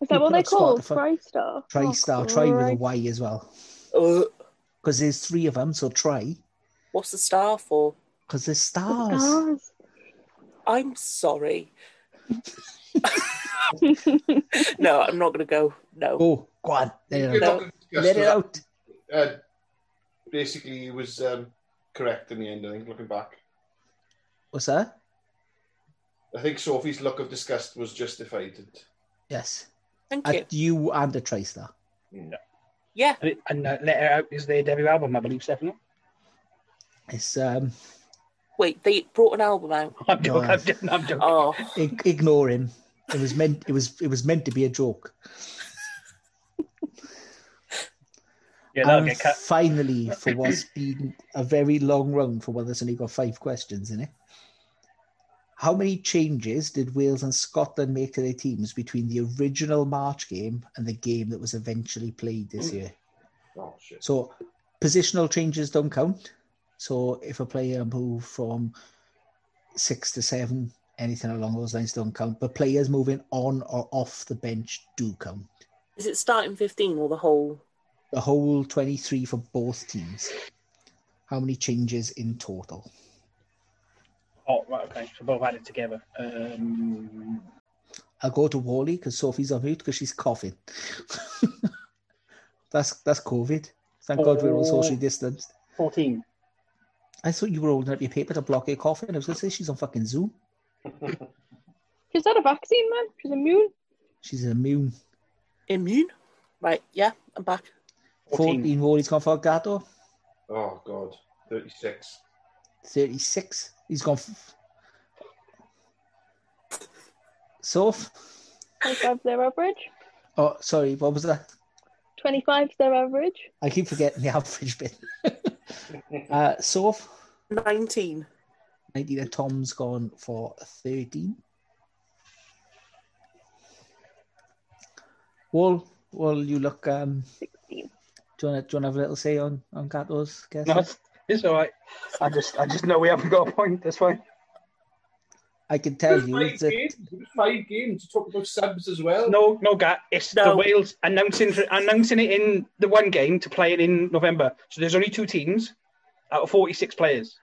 Is that what
People
they're
on
called?
Spotify.
TriStar.
TriStar.
Oh,
Try with a
Christ.
Y as well.
Uh,
because there's three of them. So try
what's the star for?
because there's
The
stars.
stars.
I'm sorry. no, I'm not going to go. No.
Oh, go on, let
You
it out.
looked in disgust
Let it
at us.
out.
Uh, basically, he was um, correct in the end, I think, looking back.
What's that?
I think Sophie's look of disgust was justified.
Yes,
Thank you.
at you and a tracer.
Yeah.
And, it, and uh, Let Her Out is their debut album, I believe, Stephanie.
It's um,
Wait, they brought an album out.
I'm joking.
No.
I'm joking. I'm
Um,
joking.
Oh,
ig- ignore him. It was meant. It was. It was meant to be a joke.
yeah, that'll
and
get cut.
finally, for what's been a very long round for one that's only got five questions in it. How many changes did Wales and Scotland make to their teams between the original March game and the game that was eventually played this year?
Mm. Oh, shit.
So positional changes don't count. So if a player moved from six to seven anything along those lines don't count. But players moving on or off the bench do count.
Is it starting 15 or the whole?
The whole 23 for both teams. How many changes in total?
Oh, right, okay. So both added together. Um,
I'll go to Wally because Sophie's on mute because she's coughing. that's that's COVID. Thank God we're all
Oh.
socially distanced.
14.
I thought you were holding up your paper to block your coughing. I was going to say she's on fucking Zoom.
She's had a vaccine, man. She's immune.
She's immune.
Immune? Right, yeah, I'm back.
14,
14.
Wally's gone for Gato.
Oh, God. 36.
36. He's gone. F- Soph?
25's their average.
Oh, sorry, what was that?
25's their average.
I keep forgetting the average bit. uh, Soph?
19.
19 and Tom's gone for 13. Wall, Wall, you look. Um,
16.
do you want to have a little say on on Gato's guess?
No, it's, it's all right. I just, I just know we haven't got a point. That's fine.
I can
It
tell
was
you
five
that
games. It was five games. Talk about subs as well.
No, no, Gat. It's
No.
the Wales announcing announcing it in the one game to play it in November. So there's only two teams out of 46 players.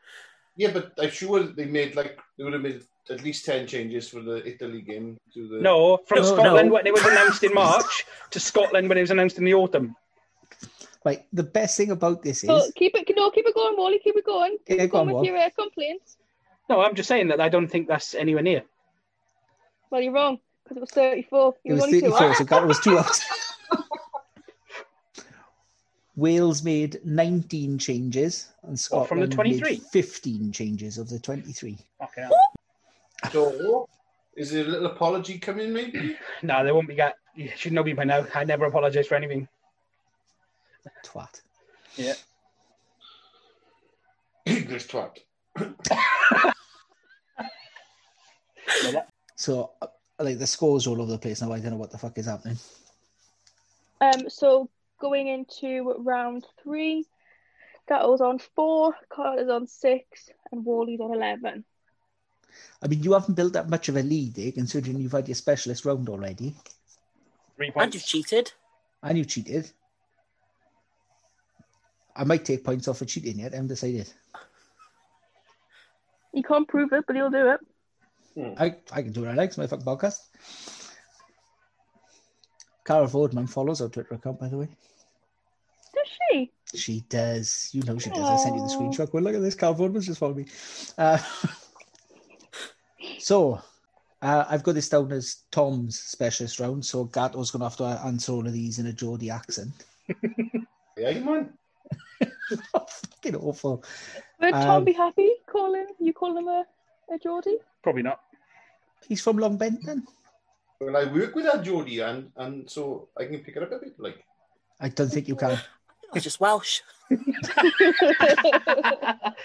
Yeah, but I'm sure they made like they would have made at least ten changes for the Italy game to the.
No, from
No,
Scotland
no.
when it was announced in March to Scotland when it was announced in the autumn.
right, the best thing about this is
So keep it, no, keep it going, Wally. Keep it going. Keep
Yeah,
it
go on,
going with
Wall.
your uh, complaints.
No, I'm just saying that I don't think that's anywhere near.
Well, you're wrong because it was 34.
it
You
was
were only
34, so
two.
Gato was two out. Wales made 19 changes and
What,
Scotland
Oh, from the
made
23?
15 changes of the 23.
Okay.
So, is there a little apology coming, maybe?
No, they won't be Gat. You should know me by now. I never apologise for anything.
Twat.
Yeah.
English twat.
So, uh, like, the score's all over the place now. I don't know what the fuck is happening.
Um, so going into round three, Gatto's on four, Carter's on six, and Wally's on 11.
I mean, you haven't built that much of a lead, eh, considering you've had your specialist round already.
Three
And you
points.
cheated.
And you cheated. I might take points off for cheating yet. I haven't decided.
He can't prove it, but he'll do it.
I, I can do what I like. It's my fucking podcast. Cara Vorderman follows our Twitter account, by the way.
Does she?
She does. You know she does. I sent you the screenshot. Well, look at this. Carl Vorderman's just followed me. Uh, so, uh, I've got this down as Tom's specialist round. So, Gato's going to have to answer all of these in a Geordie accent.
Yeah, you man.
fucking awful.
Would Tom
Um,
be happy calling you call him a, a Geordie?
Probably not.
He's from Long Benton.
Well, I work with that Jody, and and so I can pick it up a bit. Like,
I don't think you can.
That's just Welsh.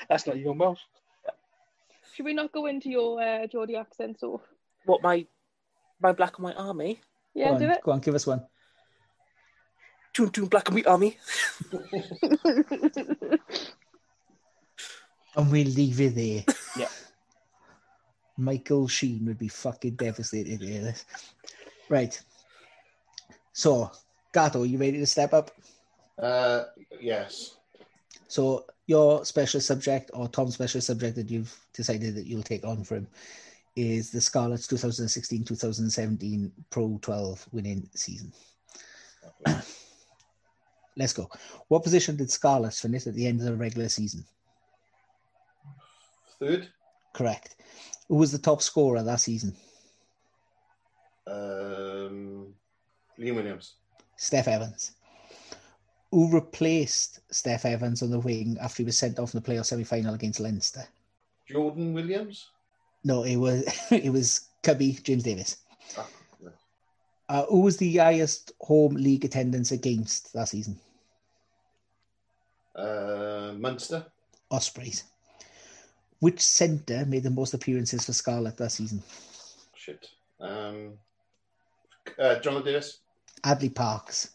That's not your Welsh.
Should we not go into your uh, Geordie accent off?
What, my my black and white army?
Yeah,
go,
do
on,
it.
go on, give us one.
Toon toon black and white army.
And we'll leave it there.
Yeah.
Michael Sheen would be fucking devastated to hear this. Right. So, Gato, you ready to step up?
uh, yes,
So, your special subject or Tom's special subject that you've decided that you'll take on for him is the Scarlets 2016 2017 Pro 12 winning season. Let's go. What position did Scarlets finish at the end of the regular season?
third.
Correct. Who was the top scorer that season?
Um, Liam Williams.
Steph Evans. Who replaced Steph Evans on the wing after he was sent off in the playoff semi final against Leinster?
Jordan Williams.
No, it was it was Cubby James Davis.
Ah, yeah.
Uh, who was the highest home league attendance against that season?
Uh, Munster.
Ospreys. Which centre made the most appearances for Scarlet that season?
Shit. Um, uh, John Davis.
Adley Parks.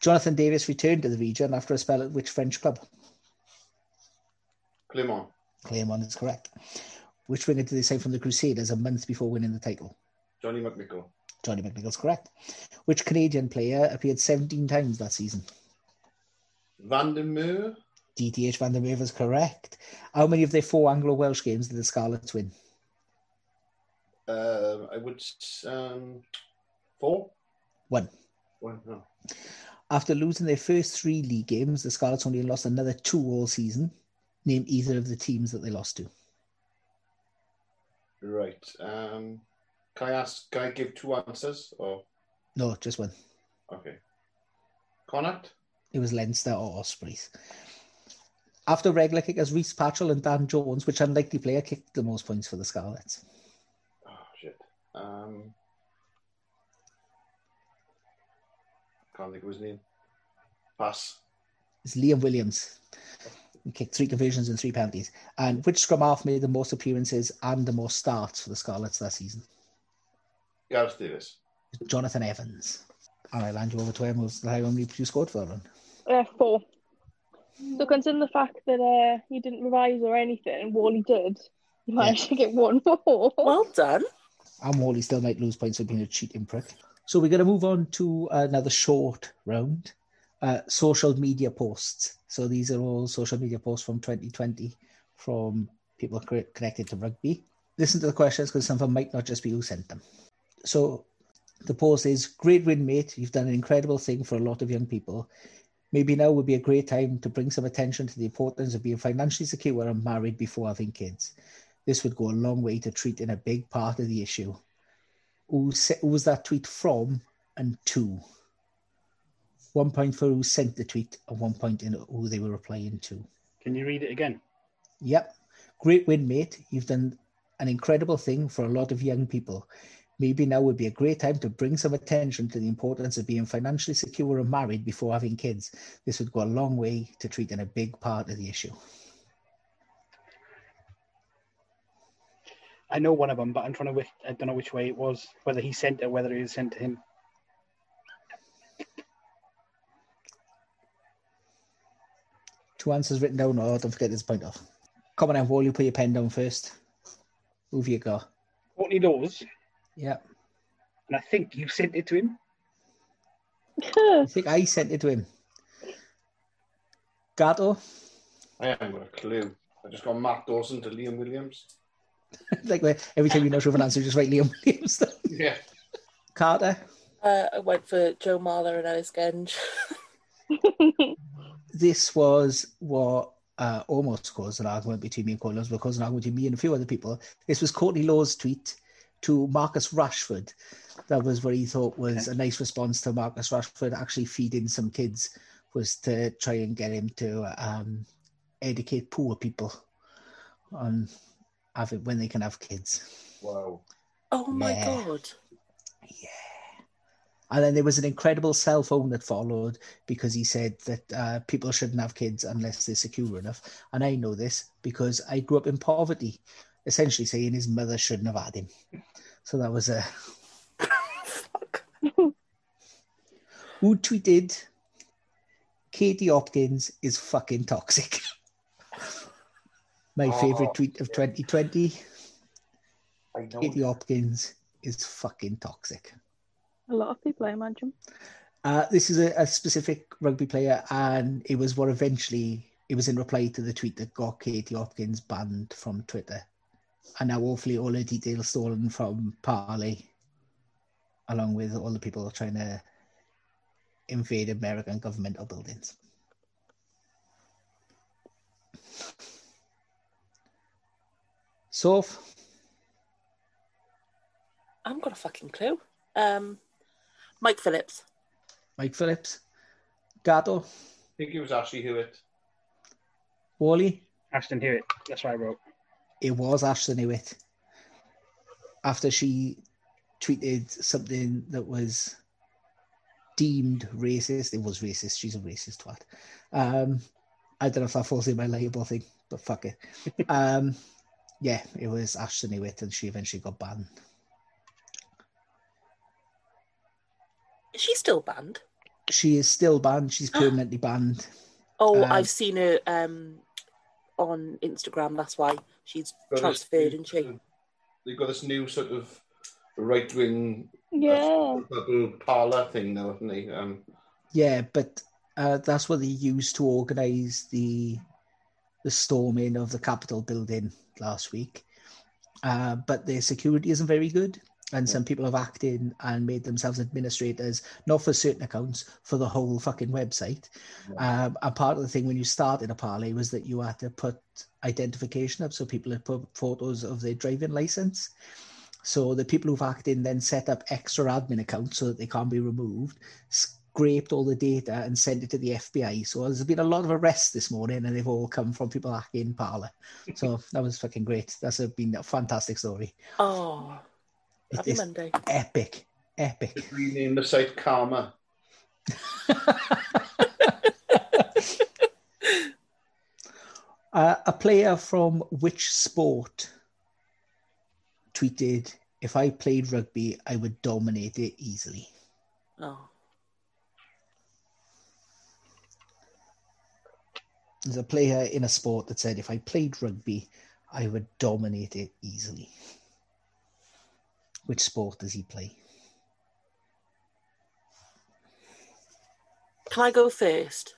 Jonathan Davis returned to the region after a spell at which French club?
Clermont.
Claremont is correct. Which winger did they sign from the Crusaders a month before winning the title?
Johnny McNichol.
Johnny McNichol's correct. Which Canadian player appeared 17 times that season?
Vandermeer.
DTH Van der Merwe is correct. How many of their four Anglo-Welsh games did the Scarlets win?
Um, I would s- um, four.
One.
One. No.
After losing their first three league games, the Scarlets only lost another two all season. Name either of the teams that they lost to.
Right. Um, can I ask? Can I give two answers? Or
No, just one.
okay. Connacht.
It was Leinster or Ospreys. After regular kickers Reese Patchell and Dan Jones, which unlikely player kicked the most points for the Scarlets?
Oh shit. Um, can't think of his name. Pass.
It's Liam Williams. He kicked three conversions and three penalties. And which scrum half made the most appearances and the most starts for the Scarlets that season?
Gareth Davis.
Jonathan Evans. All right, land you over to him. Was how many you scored for that run?
Uh, four. So considering the fact that uh, you didn't revise or anything, and Wally did, you managed to get one more.
Well done.
And Wally still might lose points for being a cheating prick. So we're going to move on to another short round. Uh, social media posts. So these are all social media posts from 2020 from people cor- connected to rugby. Listen to the questions because some of them might not just be who sent them. So the post is Great win, mate. You've done an incredible thing for a lot of young people. Maybe now would be a great time to bring some attention to the importance of being financially secure and married before having kids this would go a long way to treating a big part of the issue. Who, se- who was that tweet from and to? One point for who sent the tweet and one point in who they were replying to.
Can you read it again?
Yep. Great win, mate. You've done an incredible thing for a lot of young people. Maybe now would be a great time to bring some attention to the importance of being financially secure and married before having kids. This would go a long way to treating a big part of the issue.
I know one of them, but I'm trying to. Which, I don't know which way it was. Whether he sent it, whether it was sent to him.
Two answers written down. Oh, don't forget this point off. Come on, Wall, you put your pen down first. Who have you got?
Courtney Dawes,
Yeah.
and I think you sent it to him.
I think I sent it to him. Gato,
I haven't got a clue. I just got Matt Dawson to Liam Williams.
like where every time you're not sure of an answer, you just write Liam Williams. down.
Yeah.
Carter,
Uh, I went for Joe Marler and Alice Genge.
this was what uh, almost caused an argument between me and Courtney Laws, but caused an argument between me and a few other people. This was Courtney Law's tweet to Marcus Rashford. That was what he thought was a nice response to Marcus Rashford actually feeding some kids, was to try and get him to um, educate poor people on having when they can have kids.
Wow.
Oh my
Yeah.
god.
And then there was an incredible cell phone that followed because he said that uh, people shouldn't have kids unless they're secure enough. And I know this because I grew up in poverty, essentially saying his mother shouldn't have had him. So that was a. Who tweeted, Katie Hopkins is fucking toxic? My
Oh,
favorite tweet of 2020
I know.
Katie Hopkins is fucking toxic.
A lot of people, I imagine.
Uh, this is a, a specific rugby player, and it was what eventually it was in reply to the tweet that got Katie Hopkins banned from Twitter, and now hopefully all the details stolen from Parley, along with all the people trying to invade American governmental buildings. So,
I haven't got a fucking clue. Um, Mike Phillips.
Mike Phillips, Gato,
I think it was Ashley Hewitt.
Wally.
Ashton Hewitt. That's what I wrote.
it was Ashton Hewitt after she tweeted something that was deemed racist. It was racist. She's a racist twat. Um, I don't know if that falls in my label thing, but fuck it. um, yeah, it was Ashton Hewitt, and she eventually got banned.
Is she still banned?
She is still banned. She's permanently banned.
Oh,
Um,
I've seen her um, on Instagram. That's why she's
Got this-
transferred, isn't she?
They've got this new sort of right wing
Yeah.
parlor thing now, haven't they? Um,
Yeah, but uh, that's what they used to organise the the storming of the Capitol building last week. Uh, but their security isn't very good, and some people have acted and made themselves administrators, not for certain accounts, for the whole fucking website. Um, and part of the thing when you started a parlay was that you had to put identification up, so people had put photos of their driving license. So the people who've acted then set up extra admin accounts so that they can't be removed scraped all the data and sent it to the FBI. So there's been a lot of arrests this morning, and they've all come from people hacking Parler. So that was fucking great. That's a, been a fantastic story.
Oh,
It
happy
is
Monday.
epic, epic.
Should rename the site Karma.
Uh, a player from which sport tweeted, "If I played rugby, I would dominate it easily."
Oh,
There's a player in a sport that said, "If I played rugby, I would dominate it easily." Which sport does he play?
can I go first?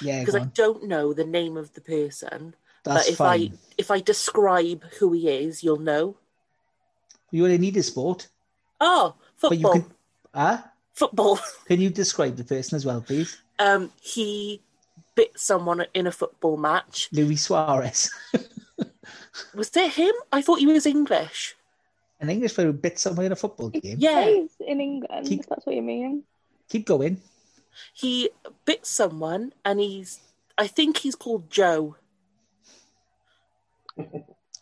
Yeah,
Because
go
I
on.
don't know the name of the person.
That's
but if
fine.
I if I describe who he is, you'll know.
You only need a sport,
Oh,
but you
football!
can. Huh?
Football.
Can you describe the person as well, please?
Um, he bit someone in a football match.
Luis Suarez,
Was it him? I thought he was English.
an English player who bit someone in a football game.
Yeah.
Plays in England,
Keep-
if that's what you mean.
Keep going.
he bit someone and he's i think he's called joe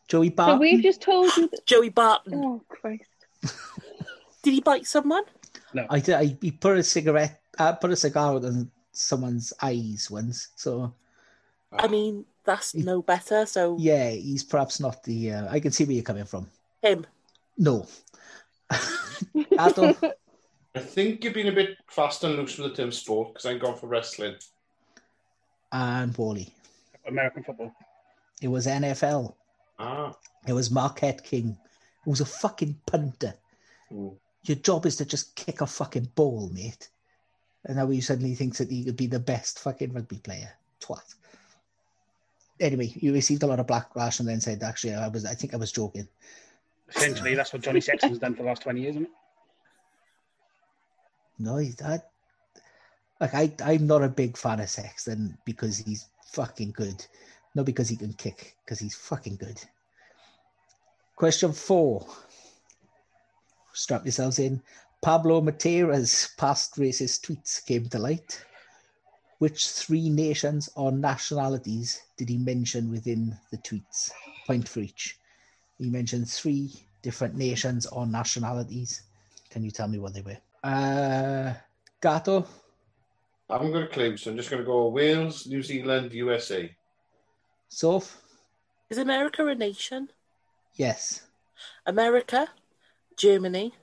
Joey
Uh,
So
Barton.
we've just told you that.
joey barton
Oh, Christ.
did he bite someone
I, did- I he put a cigarette, uh, put a cigar out in someone's eyes once. So
i mean that's no better so
yeah, he's perhaps not the. Uh, I can see where you're coming from.
him
No. Adam,
I think you've been a bit fast and loose with the term sport because I'm gone for wrestling.
and Wally.
American football.
It was NFL.
Ah,
It was Marquette King, who was a fucking punter.
Mm.
Your job is to just kick a fucking ball, mate. And now he suddenly thinks that he could be the best fucking rugby player. Twat. Anyway, you received a lot of backlash and then said, actually, I was, I think I was joking.
Essentially, that's what Johnny Sexton's done for the last 20 years, isn't it?
No, he's that. Like, I, I'm not a big fan of Sexton because he's fucking good. Not because he can kick, because he's fucking good. Question four. Strap yourselves in. Pablo Matera's past racist tweets came to light. Which three nations or nationalities did he mention within the tweets? Point for each. He mentioned three different nations or nationalities. Can you tell me what they were? Uh, Gato,
I haven't got a clue, so I'm just going to go Wales, New Zealand, USA.
Soph,
is america a nation
yes.
america germany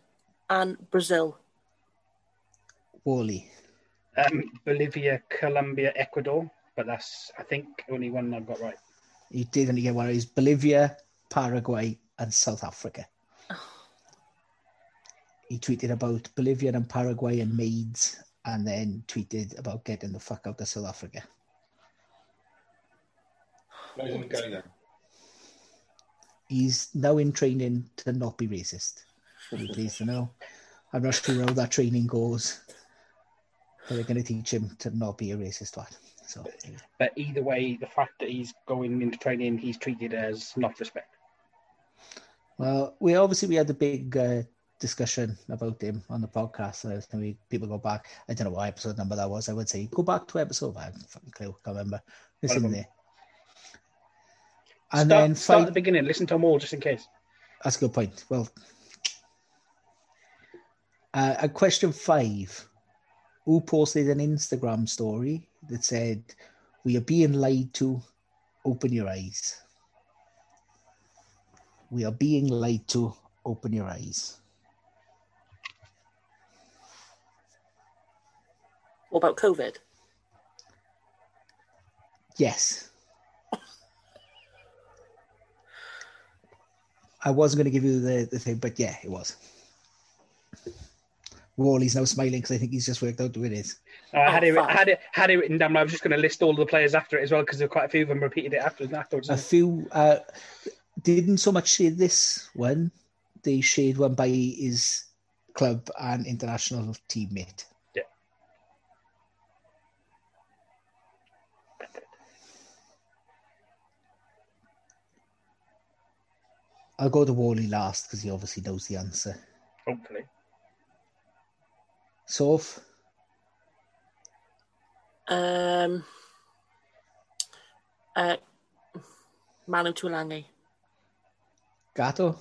and brazil
Wally,
Um, Bolivia, Colombia, Ecuador, but that's, I think, only one I've got right.
you did only get one of these. Bolivia, Paraguay, and South Africa. Oh. He tweeted about Bolivian and Paraguayan maids and then tweeted about getting the fuck out of South Africa.
Pleasant guy then.
He's now in training to not be racist. You'll be pleased to know. I'm not sure how that training goes, but they're going to teach him to not be a racist one. So,
But either way, the fact that he's going into training, he's treated as not respect.
Well, we obviously we had the big uh, discussion about him on the podcast, and everything. we people go back. I don't know what episode number that was. I would say go back to episode. I haven't fucking clue. Can't remember. It's
One of
in
them.
there. And
start,
then
start at
fi-
the beginning. Listen to them all just in case.
that's a good point. Well, uh, and question five: Who posted an Instagram story that said, "We are being lied to. Open your eyes. We are being lied to. Open your eyes."
what about covid
Yes. I wasn't going to give you the, the thing, but yeah, it was. Rawley's now smiling because I think he's just worked out who it is.
No, Uh, I
Oh,
had it,
fuck.
I had it, had it written down. But I was just going to list all the players after it as well because there were quite a few of them repeated it afterwards. And afterwards,
A few uh, didn't so much shade this one. They shade one by his club and international teammate. I'll go to Wally last because he obviously knows the answer.
hopefully,
Soph,
Um, uh, Manu Tulangi.
Gato,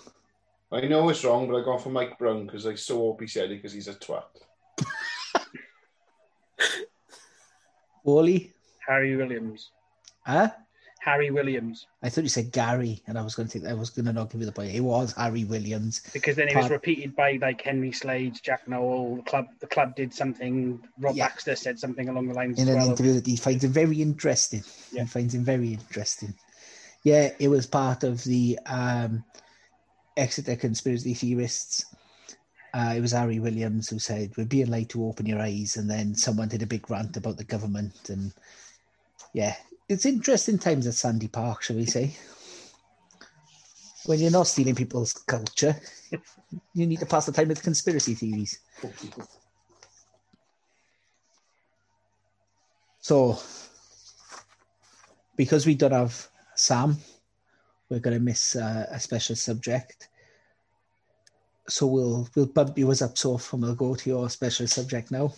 I know it's wrong, but I gone for Mike Brown because I so hope he said it because he's a twat.
Wally,
Harry Williams,
huh?
Harry Williams,
I thought you said Gary, and I was going to think I was going to not give you the point. It was Harry Williams.
because then it was
Pardon?
repeated by like Henry Slade, Jack Noel. The club, the club did something. Rob
Yeah.
Baxter said something along the lines
in
as
an
well.
interview that he finds it very interesting.
Yeah.
He finds it very interesting. Yeah, it was part of the um, Exeter conspiracy theorists. Uh, it was Harry Williams who said, "We're being lied to. Open your eyes." And then someone did a big rant about the government, and yeah, it's interesting times at Sandy Park, shall we say? When you're not stealing people's culture, you need to pass the time with conspiracy theories. So, because we don't have Sam, we're going to miss uh, a special subject. So we'll we'll bump yours up, so and we'll go to your special subject now.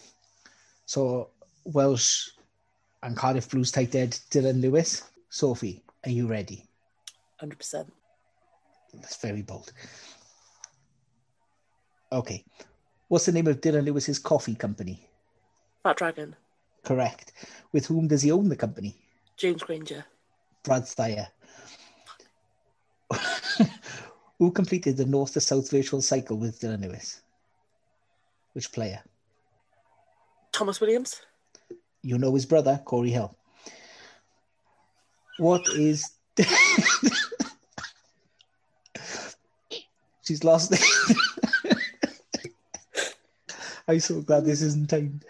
So Welsh and Cardiff Blues tight end Dylan Lewis. Sophie, are you ready?
100%.
That's very bold. Okay. What's the name of Dylan Lewis's coffee company?
Fat Dragon.
Correct. With whom does he own the company?
James Granger.
Brad Thayer. Who completed the north to south virtual cycle with Dylan Lewis? Which player?
Thomas Williams.
You know his brother, Corey Hill. What is. She's lost it. I'm so glad this isn't timed.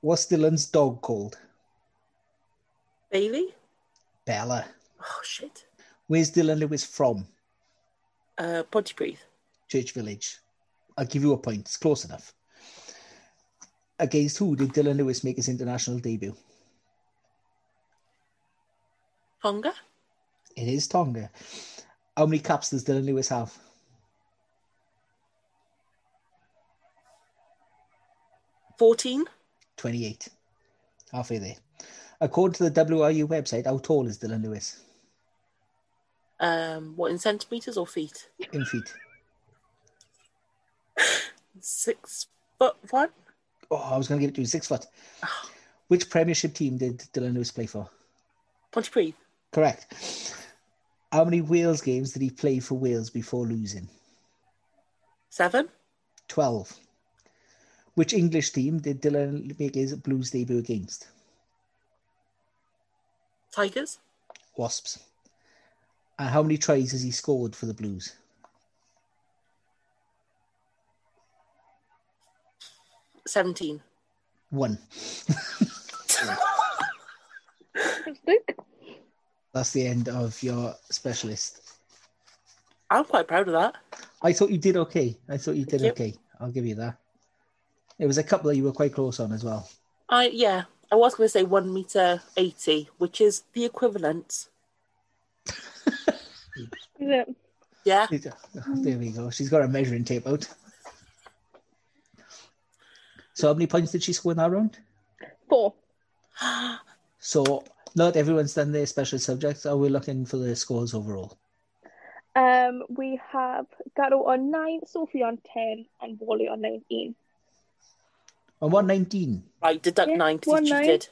What's Dylan's dog called?
Bailey.
Bella.
Oh, shit.
Where's Dylan Lewis from?
Uh, Pontypridd.
Church Village. I'll give you a point. It's close enough. Against who did Dylan Lewis make his international debut?
Tonga.
It is Tonga. How many caps does Dylan Lewis have?
Fourteen.
28. Halfway there. According to the WRU website, how tall is Dylan Lewis?
Um, what in centimeters or feet?
In feet.
Six foot one.
Oh, I was going to give it to you. Six foot. Which Premiership team did Dylan Lewis play for?
Pontypridd.
Correct. How many Wales games did he play for Wales before losing?
Seven.
12. Which English team did Dylan make his Blues debut against?
Tigers.
Wasps. And how many tries has he scored for the Blues?
Seventeen.
One.
Luke.
That's the end of your specialist.
I'm quite proud of that.
I thought you did okay. I thought you did
Thank
okay. I'll give you that. There was a couple that you were quite close on as well.
I yeah. I was going to say one meter eighty, which is the equivalent.
Is it?
Yeah.
There we go. She's got a measuring tape out. So, how many points did she score in that round?
Four.
So, not everyone's done their special subjects. Are we looking for the scores overall?
Um, we have Gato on nine, Sophie on ten, and Wally on nineteen.
On 119,
Right. Deduct
Yeah,
nine because
one
you
nine.
cheated.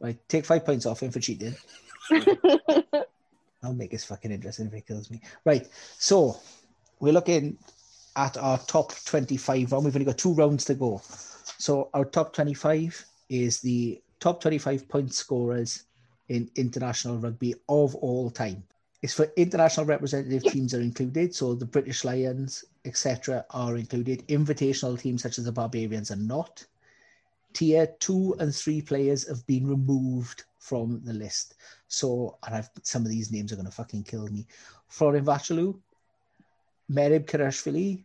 right, take five points off him for cheating. I'll make this fucking interesting if it kills me. Right. So we're looking at our top 25 round. We've only got two rounds to go. So our top 25 is the top 25 point scorers in international rugby of all time. It's for international representative teams are included, so the British Lions, etc., are included. Invitational teams such as the Barbarians are not. Tier two and three players have been removed from the list. So, and I've some of these names are going to fucking kill me. Florin Vachalu, Merib Karashvili,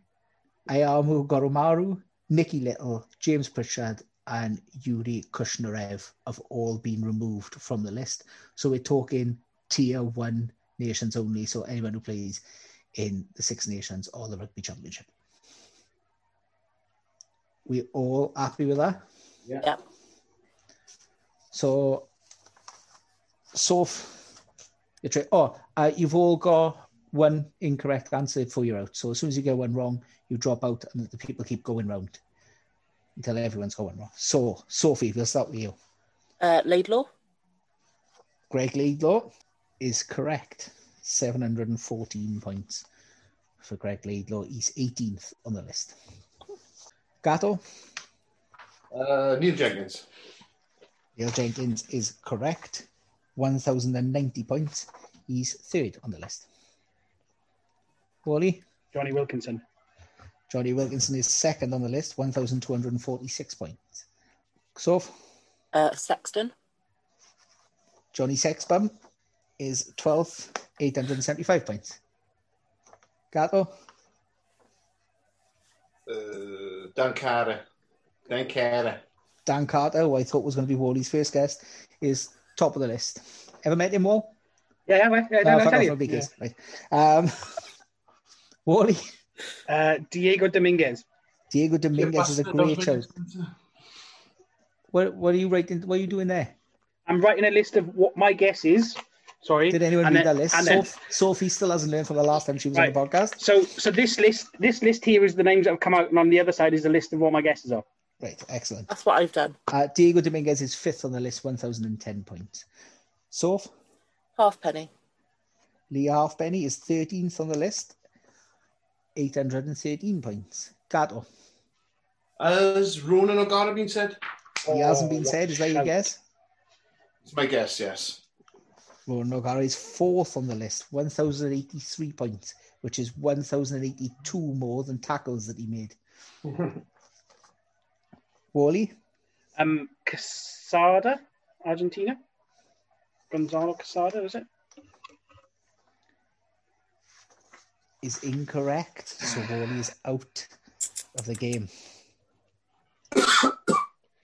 Ayamu Goromaru, Nikki Little, James Pritchard, and Yuri Kushnarev have all been removed from the list. So we're talking tier one nations only. So anyone who plays in the Six Nations or the Rugby Championship. We all happy with that?
Yeah.
Yep.
So, so f- you try. Oh, uh, you've all got one incorrect answer before you're out. So as soon as you get one wrong, you drop out, and the people keep going round until everyone's got one wrong. So, Sophie, we'll start with you.
Uh, Laidlaw.
Greg Laidlaw is correct. 714 points for Greg Laidlaw. He's 18th on the list. Gato,
Uh, Neil Jenkins.
Neil Jenkins is correct. 1,090 points. He's third on the list. Wally,
Johnny Wilkinson.
Johnny Wilkinson is second on the list. 1,246 points. Soph,
Uh, Sexton.
Johnny Sexbum is 12th, 875 points. Gato,
Uh, Dan Carter. Dan Carter.
Dan Carter, who I thought was going to be Wally's first guest, is top of the list. Ever met him, Oh, Wall?
Yeah, yeah, well, yeah, no, I'll
fuck
tell
off,
you.
nobody
Yeah.
cares. Right. Um, Wally,
Uh, Diego Dominguez.
Diego Dominguez is a great
Bastard,
shout. What, what are you writing? What are you doing there?
I'm writing a list of what my guess is. Sorry.
Did anyone
and
read
then-
that list?
and then-
Soph, Sophie still hasn't learned from the last time she was on
Right.
the podcast.
so, so this list, this list here is the names that have come out, and on the other side is a list of what my guesses are.
Right, excellent.
That's what I've done.
Uh, Diego Dominguez is fifth on the list, 1,010 points. Soph,
Halfpenny.
Lee Halfpenny is 13th on the list, 813 points. Gato,
Has Ronan O'Gara been said?
he hasn't been
what
said, is that your
Oh, shout.
guess?
It's my guess, yes.
Ronan O'Gara is fourth on the list, 1,083 points, which is 1,082 more than tackles that he made. Wally,
Um, Casada, Argentina. Gonzalo Casada, is it?
is incorrect, so Wally is out of the game.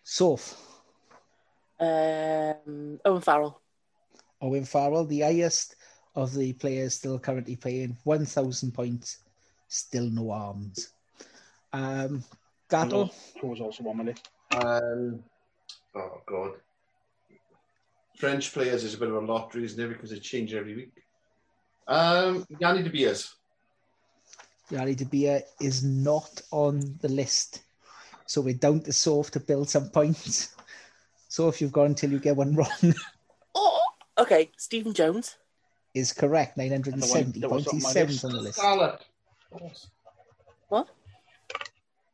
Soph,
Um, Owen Farrell.
Owen Farrell, the highest of the players still currently playing, 1,000 points, still no arms. Um, Gato,
Who was also on my list.
Um, oh, God. French players is a bit of a lottery, isn't it? Because they change every week. Um, Yanni De Beers.
Yanni De Beer is not on the list. So we're down to Soph to build some points. So if you've gone until you get one wrong
Oh, okay. Stephen Jones.
is correct. 970
That was-
points. He's
that was on my
seventh
list.
on the list.
Scarlett.
What?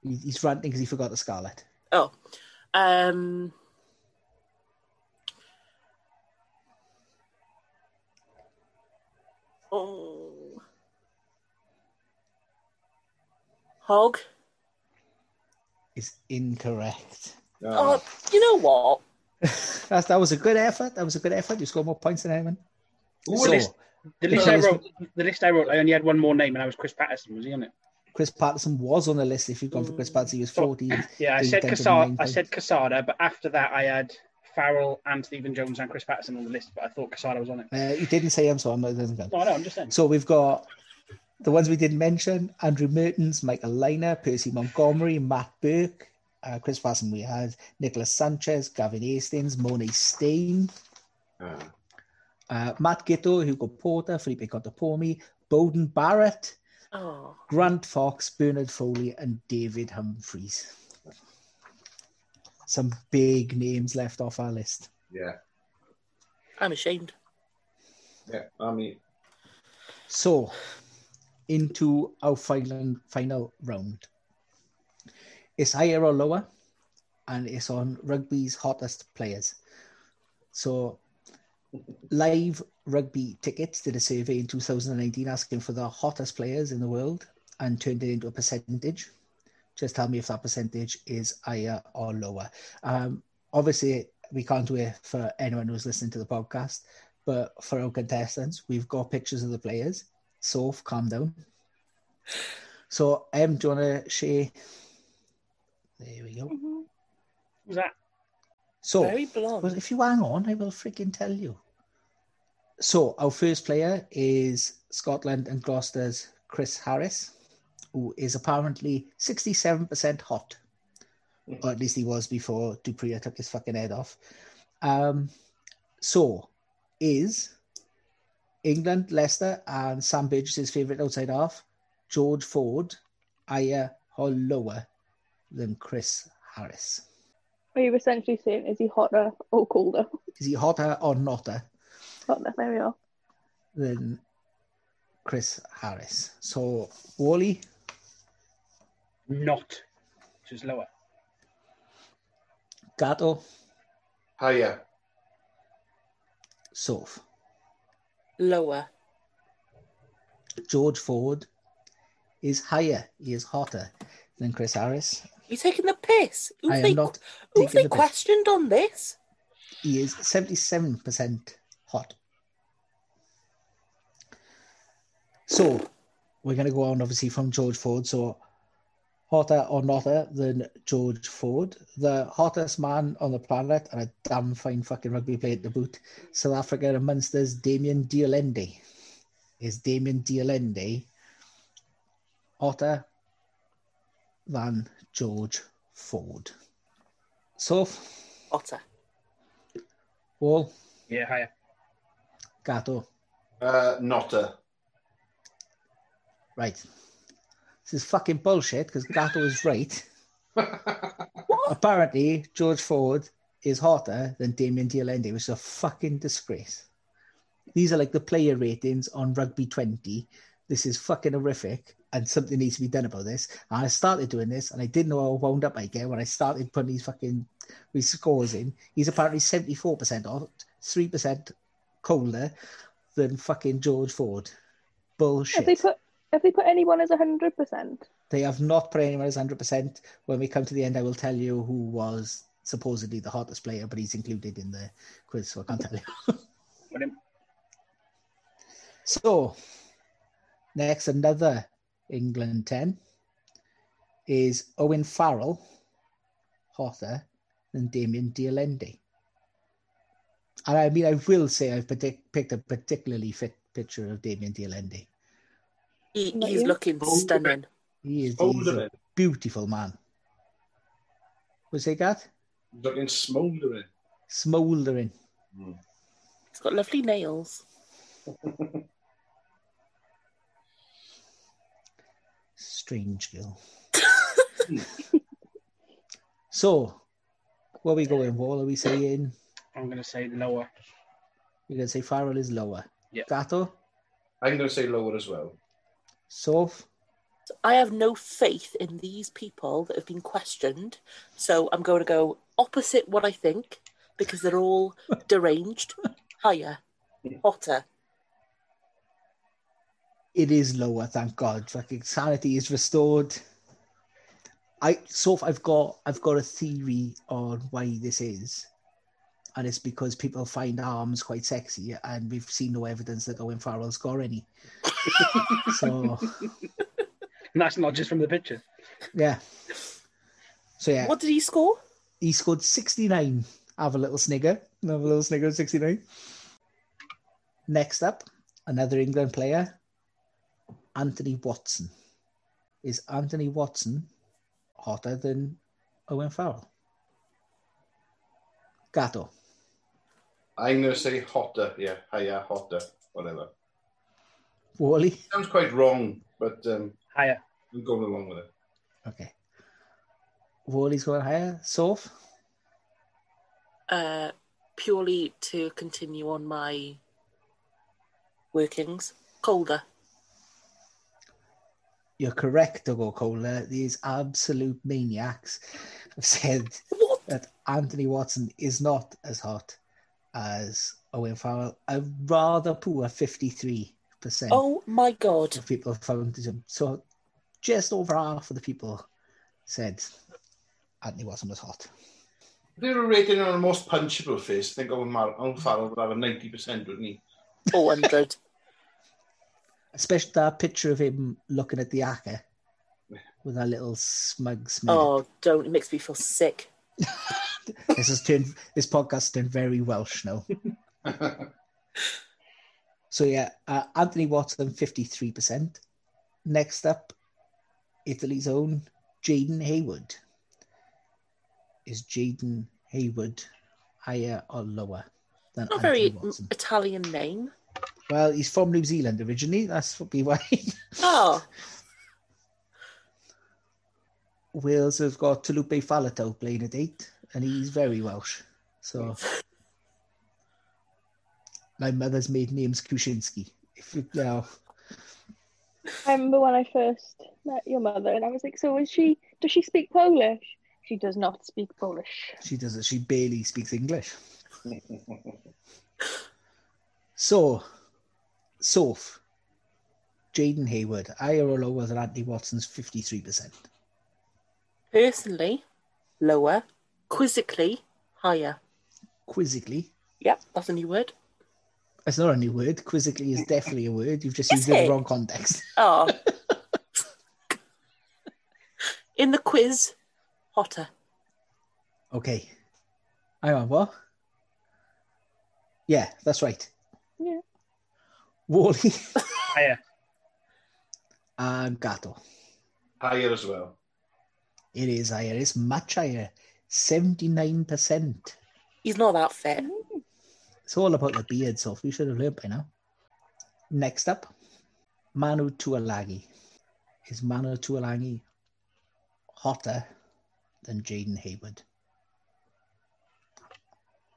He- He's ranting because he forgot the Scarlet.
Oh. Um, oh. Hog.
Is incorrect.
Oh, you know what?
That's, that was a good effort. That was a good effort. You scored more points than anyone.
Ooh,
so,
list- The list I
Because-
wrote, the list I wrote, I only had one more name, and I was Chris Patterson. Was he on it?
Chris Patterson was on the list. If you've gone for Chris Patterson, he was 14.
Yeah, I
Doing
said
10 to
Casada.
nine
I said Casada, but after that, I had Farrell and Stephen Jones and Chris Patterson on the list. But I thought Casada was on it.
Uh, you didn't say him, so I'm not, it doesn't count.
No, no, I'm just saying.
So we've got the ones we didn't mention Andrew Mertens, Michael Liner, Percy Montgomery, Matt Burke, uh, Chris Fasson. We had Nicholas Sanchez, Gavin Hastings, Monet Steen,
Ah.
uh, Matt Gitto, Hugo Porter, Felipe Contepomi, Bowden Barrett,
Oh.
Grant Fox, Bernard Foley, and David Humphries. Some big names left off our list.
yeah,
I'm ashamed.
yeah. I mean,
So, into our final final round. It's higher or lower, and it's on rugby's hottest players. So, Live Rugby Tickets did a survey in 2019 asking for the hottest players in the world and turned it into a percentage. Just tell me if that percentage is higher or lower. Um, obviously, we can't do it for anyone who's listening to the podcast, but for our contestants, we've got pictures of the players. So calm down. So, Em, do you want to share? There we go.
Who's that?
So,
Very blonde.
well, if you hang on, I will freaking tell you. So, our first player is Scotland and Gloucester's Chris Harris, who is apparently 67% hot. Or at least he was before Dupree took his fucking head off. Um, so, is England, Leicester, and Sam Bridges his favourite outside half, George Ford, higher or lower than Chris Harris?
Are you essentially saying is he hotter or colder?
Is he hotter or notter?
Hotter, there we are.
than Chris Harris. So Wally,
Not. Which is lower.
Gato,
Higher.
Soph,
Lower.
George Ford is higher. He is hotter than Chris Harris.
You taking the piss? Who've
I am
they,
not
who've
taking
they
the piss.
questioned on this?
He is seventy-seven percent hot. So we're going to go on obviously from George Ford. So hotter or notter than George Ford, the hottest man on the planet and a damn fine fucking rugby player to boot, South Africa and Munster's Damien Diolende. Is Damien Diolende hotter than George Ford? So,
Otter.
Wall,
Yeah, higher.
Gato,
Uh, notter.
right. This is fucking bullshit because Gato is right. apparently George Ford is hotter than Damien Diolende, which is a fucking disgrace. These are like the player ratings on Rugby 20. This is fucking horrific, and something needs to be done about this. And I started doing this, and I didn't know how wound up I get when I started putting these fucking these scores in. He's apparently 74% hot, 3% colder than fucking George Ford. Bullshit.
Have they put have they put anyone as hundred percent?
They have not put anyone as 100%. When we come to the end, I will tell you who was supposedly the hottest player, but he's included in the quiz, so I can't tell you.
But him.
so, next, another England 10 is Owen Farrell, hotter than Damien Diolende. And I mean, I will say I've predict- picked a particularly fit picture of Damien Diolende.
He,
Not
he's
you.
looking
Oh.
stunning.
He is he's
Smouldering.
a beautiful man. Was he got?
Looking smouldering.
Smouldering.
He's got lovely nails.
Strange girl. so, where are we going, Wall? Are we saying
I'm going to say lower.
you're going to say Farrell is lower?
Yeah.
Gato,
I'm going to say lower as well.
Soph,
I have no faith in these people that have been questioned, so I'm going to go opposite what I think because they're all deranged, higher, hotter.
it is lower. Thank God. Fucking sanity is restored. I Soph, I've got I've got a theory on why this is, and it's because people find arms quite sexy, and we've seen no evidence that Owen Farrell's got any. so
And that's not just from the picture.
yeah. So yeah.
What did he score?
he scored 69. Have a little snigger. Have a little snigger at 69. Next up, another England player, Anthony Watson. Is Anthony Watson hotter than Owen Farrell? Gato,
I'm going to say hotter. Yeah, higher, hotter, whatever.
Wally.
Sounds quite wrong, but um,
Higher.
I'm going along with it.
Okay. Wally's going higher. Soph,
Uh, purely to continue on my workings. Colder.
you're correct to go colder. These absolute maniacs have said
What?
that Anthony Watson is not as hot as Owen Farrell. A rather poor 53%
Oh my god.
of people found him. So just over half of the people said Anthony Watson was hot.
If they were rating on the most punchable face, I think Owen, Mar- Owen Farrell would have a 90%, wouldn't he?
400.
Especially that picture of him looking at the acca with that little smug smile.
oh, don't. It makes me feel sick.
This has turned this podcast turned very Welsh now. so yeah, uh, Anthony Watson fifty three percent. Next up, Italy's own Jaden Hayward. Is Jaden Hayward higher or lower than
Not very
Anthony Watson?
Italian name.
Well, he's from New Zealand originally. That's probably why.
Oh,
Wales have got Talupe Falato playing at eight, and he's very Welsh. So my mother's maiden name's Kushinsky. If you now,
I remember when I first met your mother, and I was like, "So is she? Does she speak Polish?" She does not speak Polish.
she doesn't. She barely speaks English. so, Soph, Jaden Hayward, higher or lower than Anthony Watson's fifty-three percent.
personally, lower. Quizzically, higher.
Quizzically,
Yep, that's a new word.
that's not a new word. Quizzically is definitely a word. You've just
Is
used it in
it?
the wrong context.
Oh. In the quiz, hotter.
Okay. Hang on, what? Yeah, that's right.
Yeah.
Wally
Higher.
and Gato.
Higher as well.
It is higher. It's much higher. 79%.
He's not that fit.
Mm-hmm.
It's all about the beard, so we should have learned by now. Next up, Manu Tuolagi. Is Manu Tuolagi hotter than Jaden Hayward?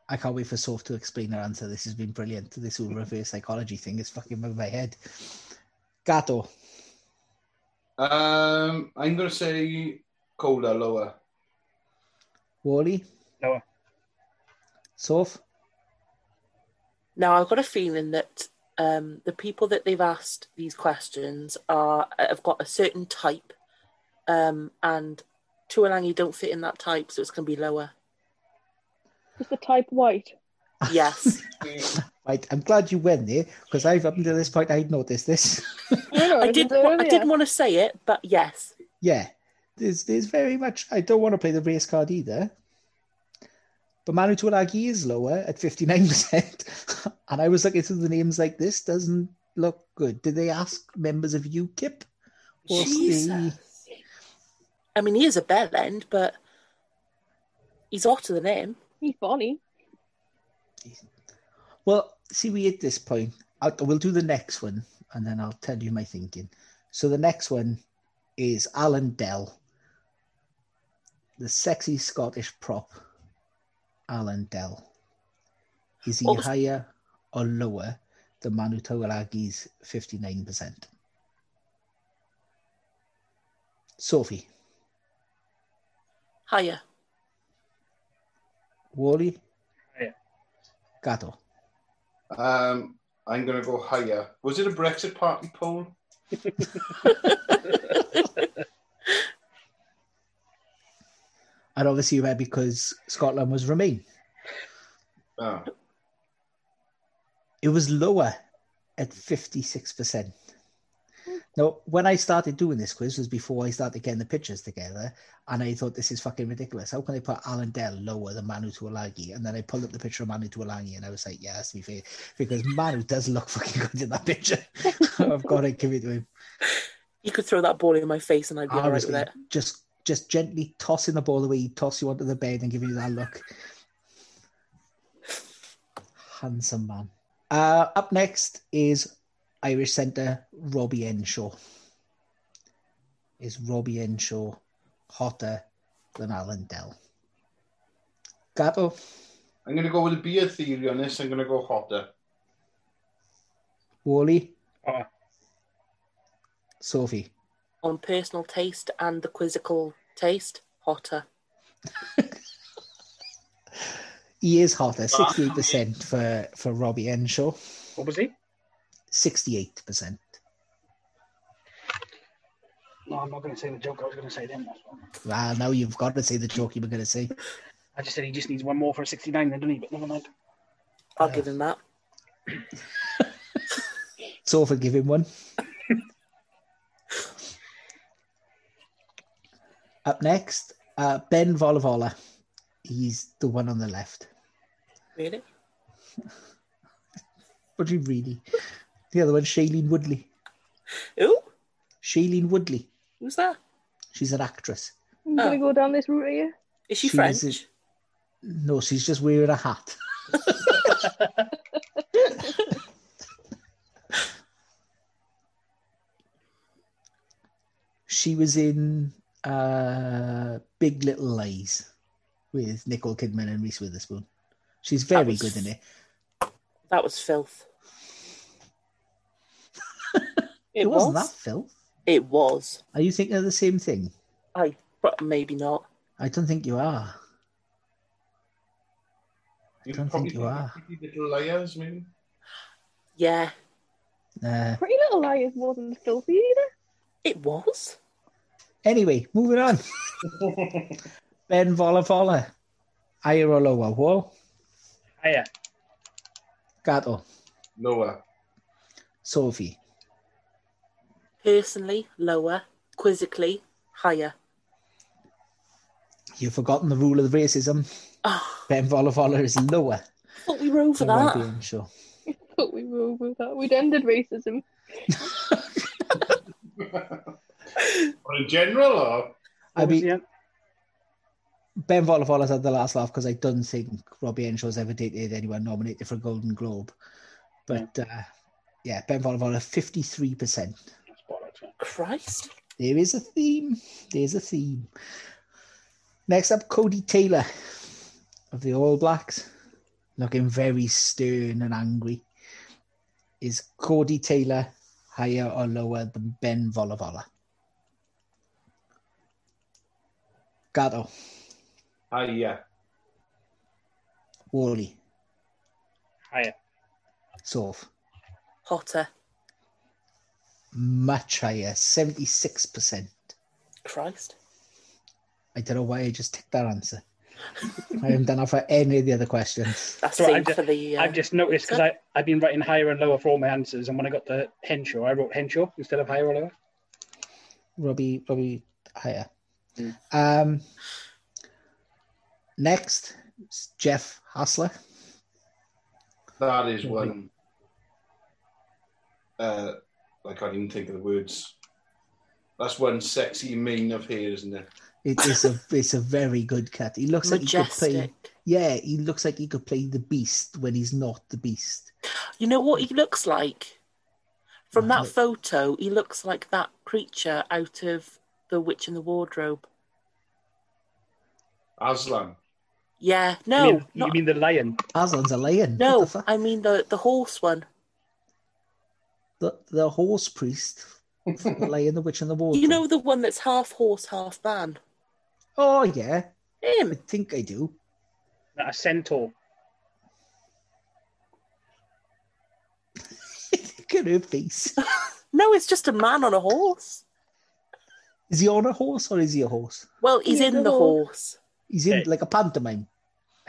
I can't wait for Soph to explain her answer. This has been brilliant. This whole reverse psychology thing is fucking over my head. Gato,
Um, I'm going to say colder, lower.
Wally,
Lower.
Soph,
Now, I've got a feeling that um, the people that they've asked these questions are have got a certain type, um, and Tuolangi don't fit in that type, so it's going to be lower.
Is the type white?
Yes.
Right, I'm glad you went there because I've up until this point I'd noticed this.
know,
I
it
did.
was
wa- I
earlier.
didn't want to say it, but yes,
yeah, there's there's very much. I don't want to play the race card either. But Manu Tuolagi is lower at 59%. and I was looking through the names like this doesn't look good. Did they ask members of UKIP? What's the
Jesus. I mean, he is a bell end, but he's hotter than him.
He's Bonnie.
Well, see, we at this point, I, we'll do the next one and then I'll tell you my thinking. So the next one is Alan Dell, the sexy Scottish prop. Alan Dell. Is he
What was-
higher or lower than Manu Tuolagi's 59%? Sophie,
Higher,
Wally,
Higher.
Gato.
Um, I'm going to go higher. Was it a Brexit party poll?
And obviously, you read because Scotland was Remain.
Oh,
It was lower at 56%. Now, when I started doing this quiz was before I started getting the pictures together, and I thought this is fucking ridiculous. How can they put Alan Dell lower than Manu Tuolagi? And then I pulled up the picture of Manu Tuolagi, and I was like, yeah, that's to be fair, because Manu does look fucking good in that picture. I've got to give it to him.
you could throw that ball in my face, and I'd be
I
all right
was
with it.
gonna- just just gently tossing the ball away, he'd toss you onto the bed and giving you that look. Handsome man. Uh, up next is Irish centre Robbie Enshaw. Is Robbie Enshaw hotter than Alan Dell? Gato,
I'm going to go with the beer theory on this. I'm going to go hotter.
Wally,
Hotter.
Sophie.
On personal taste and the quizzical taste, hotter.
He is hotter, 68% for, for Robbie Henshaw,
What was he?
68%.
No, I'm not going to say the joke I was going to say then. That's wrong.
Ah, now you've got to say the joke you were going to say.
I just said he just needs one more for a 69 then, doesn't he? But never mind.
I'll give him that.
So for giving one. Up next, uh, Ben Volavola. He's the one on the left.
Really?
What do you really? The other one, Shailene Woodley.
Who?
Shailene Woodley.
Who's that?
She's an actress.
I'm gonna
Oh.
go down this route here.
Is she,
She
French?
was a- No, she's just wearing a hat. she was in uh, Big Little Lies with Nicole Kidman and Reese Witherspoon. She's very
was-
good in it.
That was filth.
It,
it
wasn't
was.
that filth.
It was.
Are you thinking of the same thing?
I but maybe not.
I don't think you are.
You
don't
probably
think you are.
Pretty Little Liars, maybe.
Yeah,
Uh,
Pretty Little Liars wasn't filthy either.
it was.
Anyway, moving on. ben Volavola, Ayaroloa Wall,
Hiya.
Gato,
Noah.
Sophie.
Personally, lower. Quizzically, higher.
You've forgotten the rule of racism.
Oh,
Ben Volavola is lower
I thought we were over
than
that.
Robbie Henshaw.
But we were over that. We'd ended racism.
Or in general, or
I
What was
mean,
the-
Ben Volavola's had the last laugh because I don't think Robbie Henshaw's ever dated anyone nominated for a Golden Globe. But uh, yeah, Ben Volavola, 53%.
That's bollocks, man.
Christ.
There is a theme. There's a theme. Next up, Cody Taylor of the All Blacks, looking very stern and angry. Is Cody Taylor higher or lower than Ben Volavola? Gato,
hiya.
Wally,
Hiya.
Soph,
Hotter.
much higher, 76%.
Christ.
I don't know why I just ticked that answer. I haven't done that for any of the other questions.
That's
So
same
I've ju-
for the. Uh,
I've just noticed because I I've been writing higher and lower for all my answers, and when I got the Henshaw, I wrote Henshaw instead of higher or lower.
Robbie Robbie higher.
Mm.
Um, next, is Jeff Hassler.
That is one. Uh, I can't even think of the words. That's one sexy mane of hair, isn't it?
It is a it's a very good cat. He looks like he could play.
majestic.
Yeah, he looks like he could play the beast when he's not the beast.
You know what he looks like? From
Right.
that photo, he looks like that creature out of The Witch in the Wardrobe.
Aslan.
Yeah,
You
no,
mean, you
not,
mean the lion?
Aslan's a lion.
no.
what the, fuck?
I mean the the horse one.
the the horse priest, from the lion, the witch, and the wardrobe.
You know the one that's half horse, half man.
Oh yeah, I
Him.
think I do.
A centaur.
Look at her face.
No, it's just a man on a horse.
Is he on a horse or is he a horse?
Well, he's
He's
in
a
the
horse.
horse.
He's in
Yeah.
like a pantomime.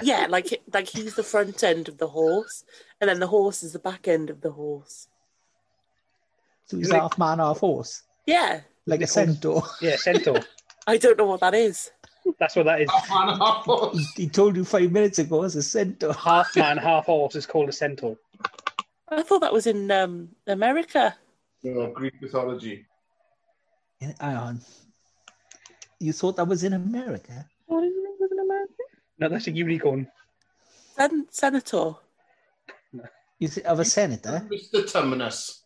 Yeah, like like he's the front end of the horse, and then the horse is the back end of the horse.
So he's
Like-
half man, half horse,
Yeah,
like a
Like horse.
centaur.
Yeah, centaur.
I don't know what that is.
That's what that is.
Man, half horse.
He told you five minutes ago as a centaur.
Half man, half horse is called a centaur.
I thought that was in um, America.
No, Greek mythology.
Hang on. You thought that was in America?
What did you think was an American?
No, that's a unicorn.
Sen- Senator.
You th- of a senator,
Mr. Tumnus.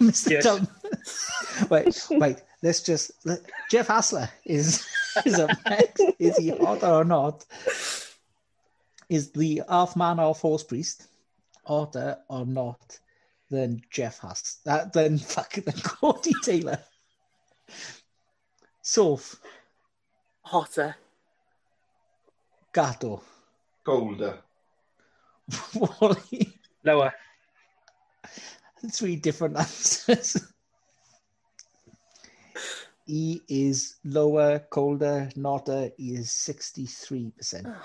Mr.
Yes.
Tom? wait, wait. Let's just. Let, Jeff Hassler is is up next. Is he hot or not? Is the half man, half horse priest hotter or not than Jeff Hass? That then fucking than Cody Taylor. Soph,
Hotter.
Gato,
Golder.
Wally.
Lower.
Three different answers. He E is lower, colder, notter. He is 63%.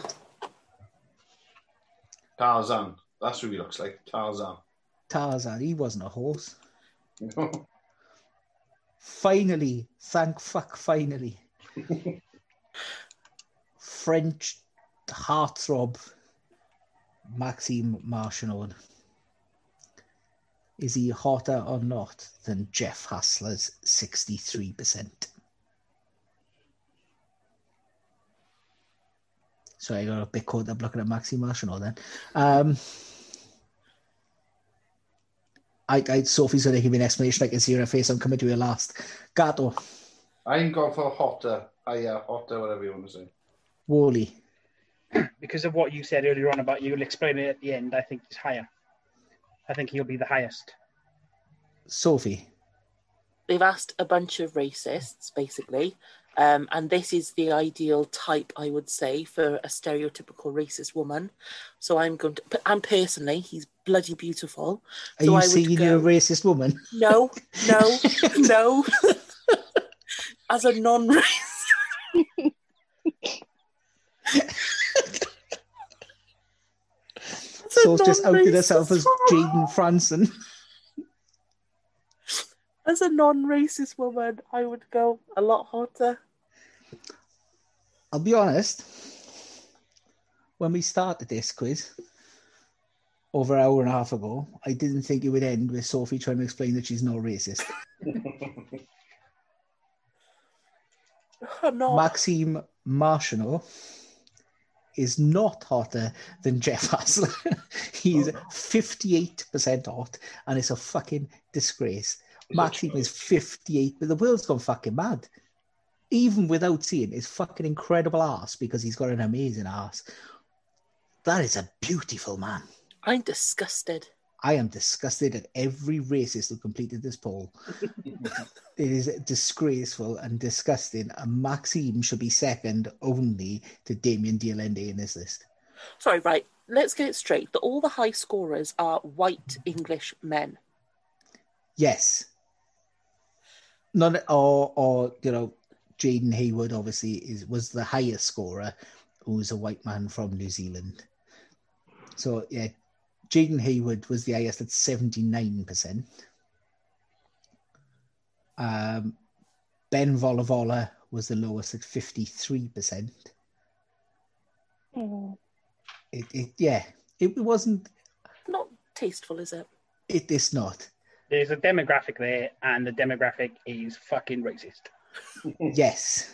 Tarzan. That's who he looks like. Tarzan.
Tarzan, he wasn't a horse. Finally, thank fuck, finally. French heartthrob Maxime Marchionne. Is he hotter or not than Jeff Hassler's 63%? So I got a bit caught up looking at Maxime Marchionne then. Um, I, I, Sophie's going to give me an explanation. I can see her face. I'm coming to her last. Gato,
I'm going for hotter. Higher, hotter, whatever you want to say.
Wally,
Because of what you said earlier on about you'll explain it at the end, I think he's higher. I think he'll be the highest.
Sophie.
they've asked a bunch of racists basically um, and this is the ideal type i would say for a stereotypical racist woman so i'm going to but- and personally he's bloody beautiful
Are
so
you
I would
saying you're a
go-
racist woman?
no no no as a non-racist
Soul's just outed
non-racist
herself as
woman.
Jaden Franson.
as a non-racist woman i would go a lot hotter
I'll be honest. When we started this quiz over an hour and a half ago, I didn't think it would end with Sophie trying to explain that she's not racist.
I'm not
Maxime Marchionneau is not hotter than Jeff Hassler. He's 58% hot, and it's a fucking disgrace. Maxime is 58, but the world's gone fucking mad. Even without seeing his fucking incredible ass, because he's got an amazing ass. That is a beautiful man.
i'm disgusted
I am disgusted at every racist who completed this poll. it is disgraceful and disgusting, and Maxime should be second only to Damien Diolende in this list.
sorry right let's get it straight that all the high scorers are white english men
Yes. None or or you know, Jaden Hayward obviously is was the highest scorer, who's a white man from New Zealand. So yeah, Jaden Hayward was the highest at seventy nine percent. Um, ben Volavola was the lowest at fifty three percent. Hmm.
Mm.
It it yeah, it wasn't.
not tasteful is it
It is not.
There's a demographic there, and the demographic is fucking racist.
Yes.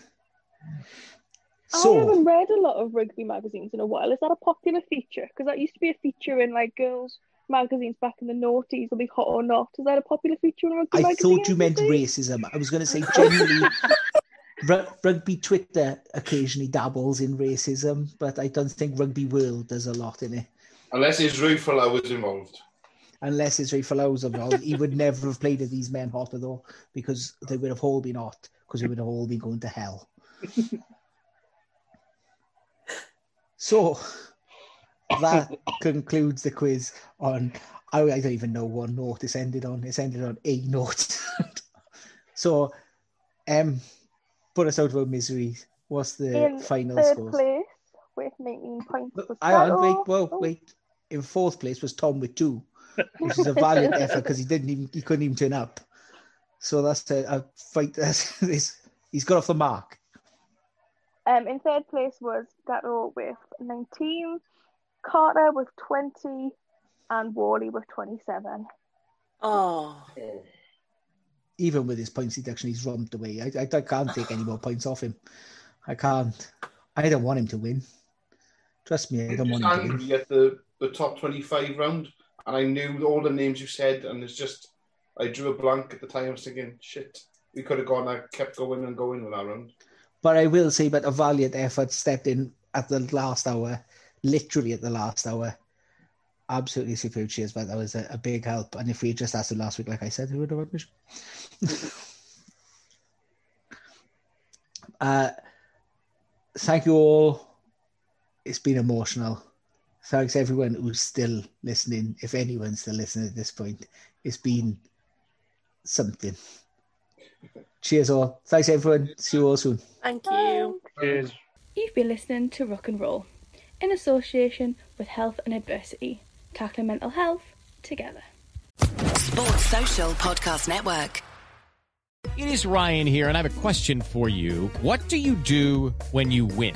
I haven't read a lot of rugby magazines in a while. Is that a popular feature? Because that used to be a feature in like girls' magazines back in the noughties, will be hot or not. Is that a popular feature in a rugby
I
magazine?
thought you meant
Andy?
racism. I was going to say generally ru- rugby Twitter occasionally dabbles in racism, but I don't think rugby world does a lot in it.
Unless his roof was involved.
Unless it's Ray Fallow's involved, he would never have played at these men hotter though, because they would have all been hot, because they would have all been going to hell. so that concludes the quiz on. I, I don't even know what note it's ended on. It's ended on a note. so, um, put us out of our misery. What's the
in
final
third
scores?
place with 19 points.
But
was
I on, wait,
Carol.
well,
Oh,
wait. In fourth place was Tom with two, which is a valiant effort because he didn't even he couldn't even turn up. So that's a, a fight. That's, this he's got off the mark.
Um, in third place was Gato with 19, Carter with 20, and Wally with 27.
oh
Even with his points deduction, he's romped away. I, I, I can't take any more points off him. I can't. I don't want him to win. Trust me, I don't
Just
want him to win.
angry at the, the top 25 round, and I knew all the names you said, and it's just, I drew a blank at the time. I was thinking, shit, we could have gone, I kept going and going with that round.
But I will say, but a valiant effort stepped in at the last hour, literally at the last hour. Absolutely superb cheers, but that was a, a big help. And if we had just asked him last week, like I said, we would have had Mish- uh, Thank you all. It's been emotional. Thanks everyone who's still listening. If anyone's still listening at this point, it's been something. Cheers all. Thanks everyone. See you all soon.
Thank you.
Cheers.
You've been listening to Rock and Roll in association with Health and Adversity, tackling mental health together.
Sports Social Podcast Network.
It is Ryan here, and I have a question for you. What do you do when you win?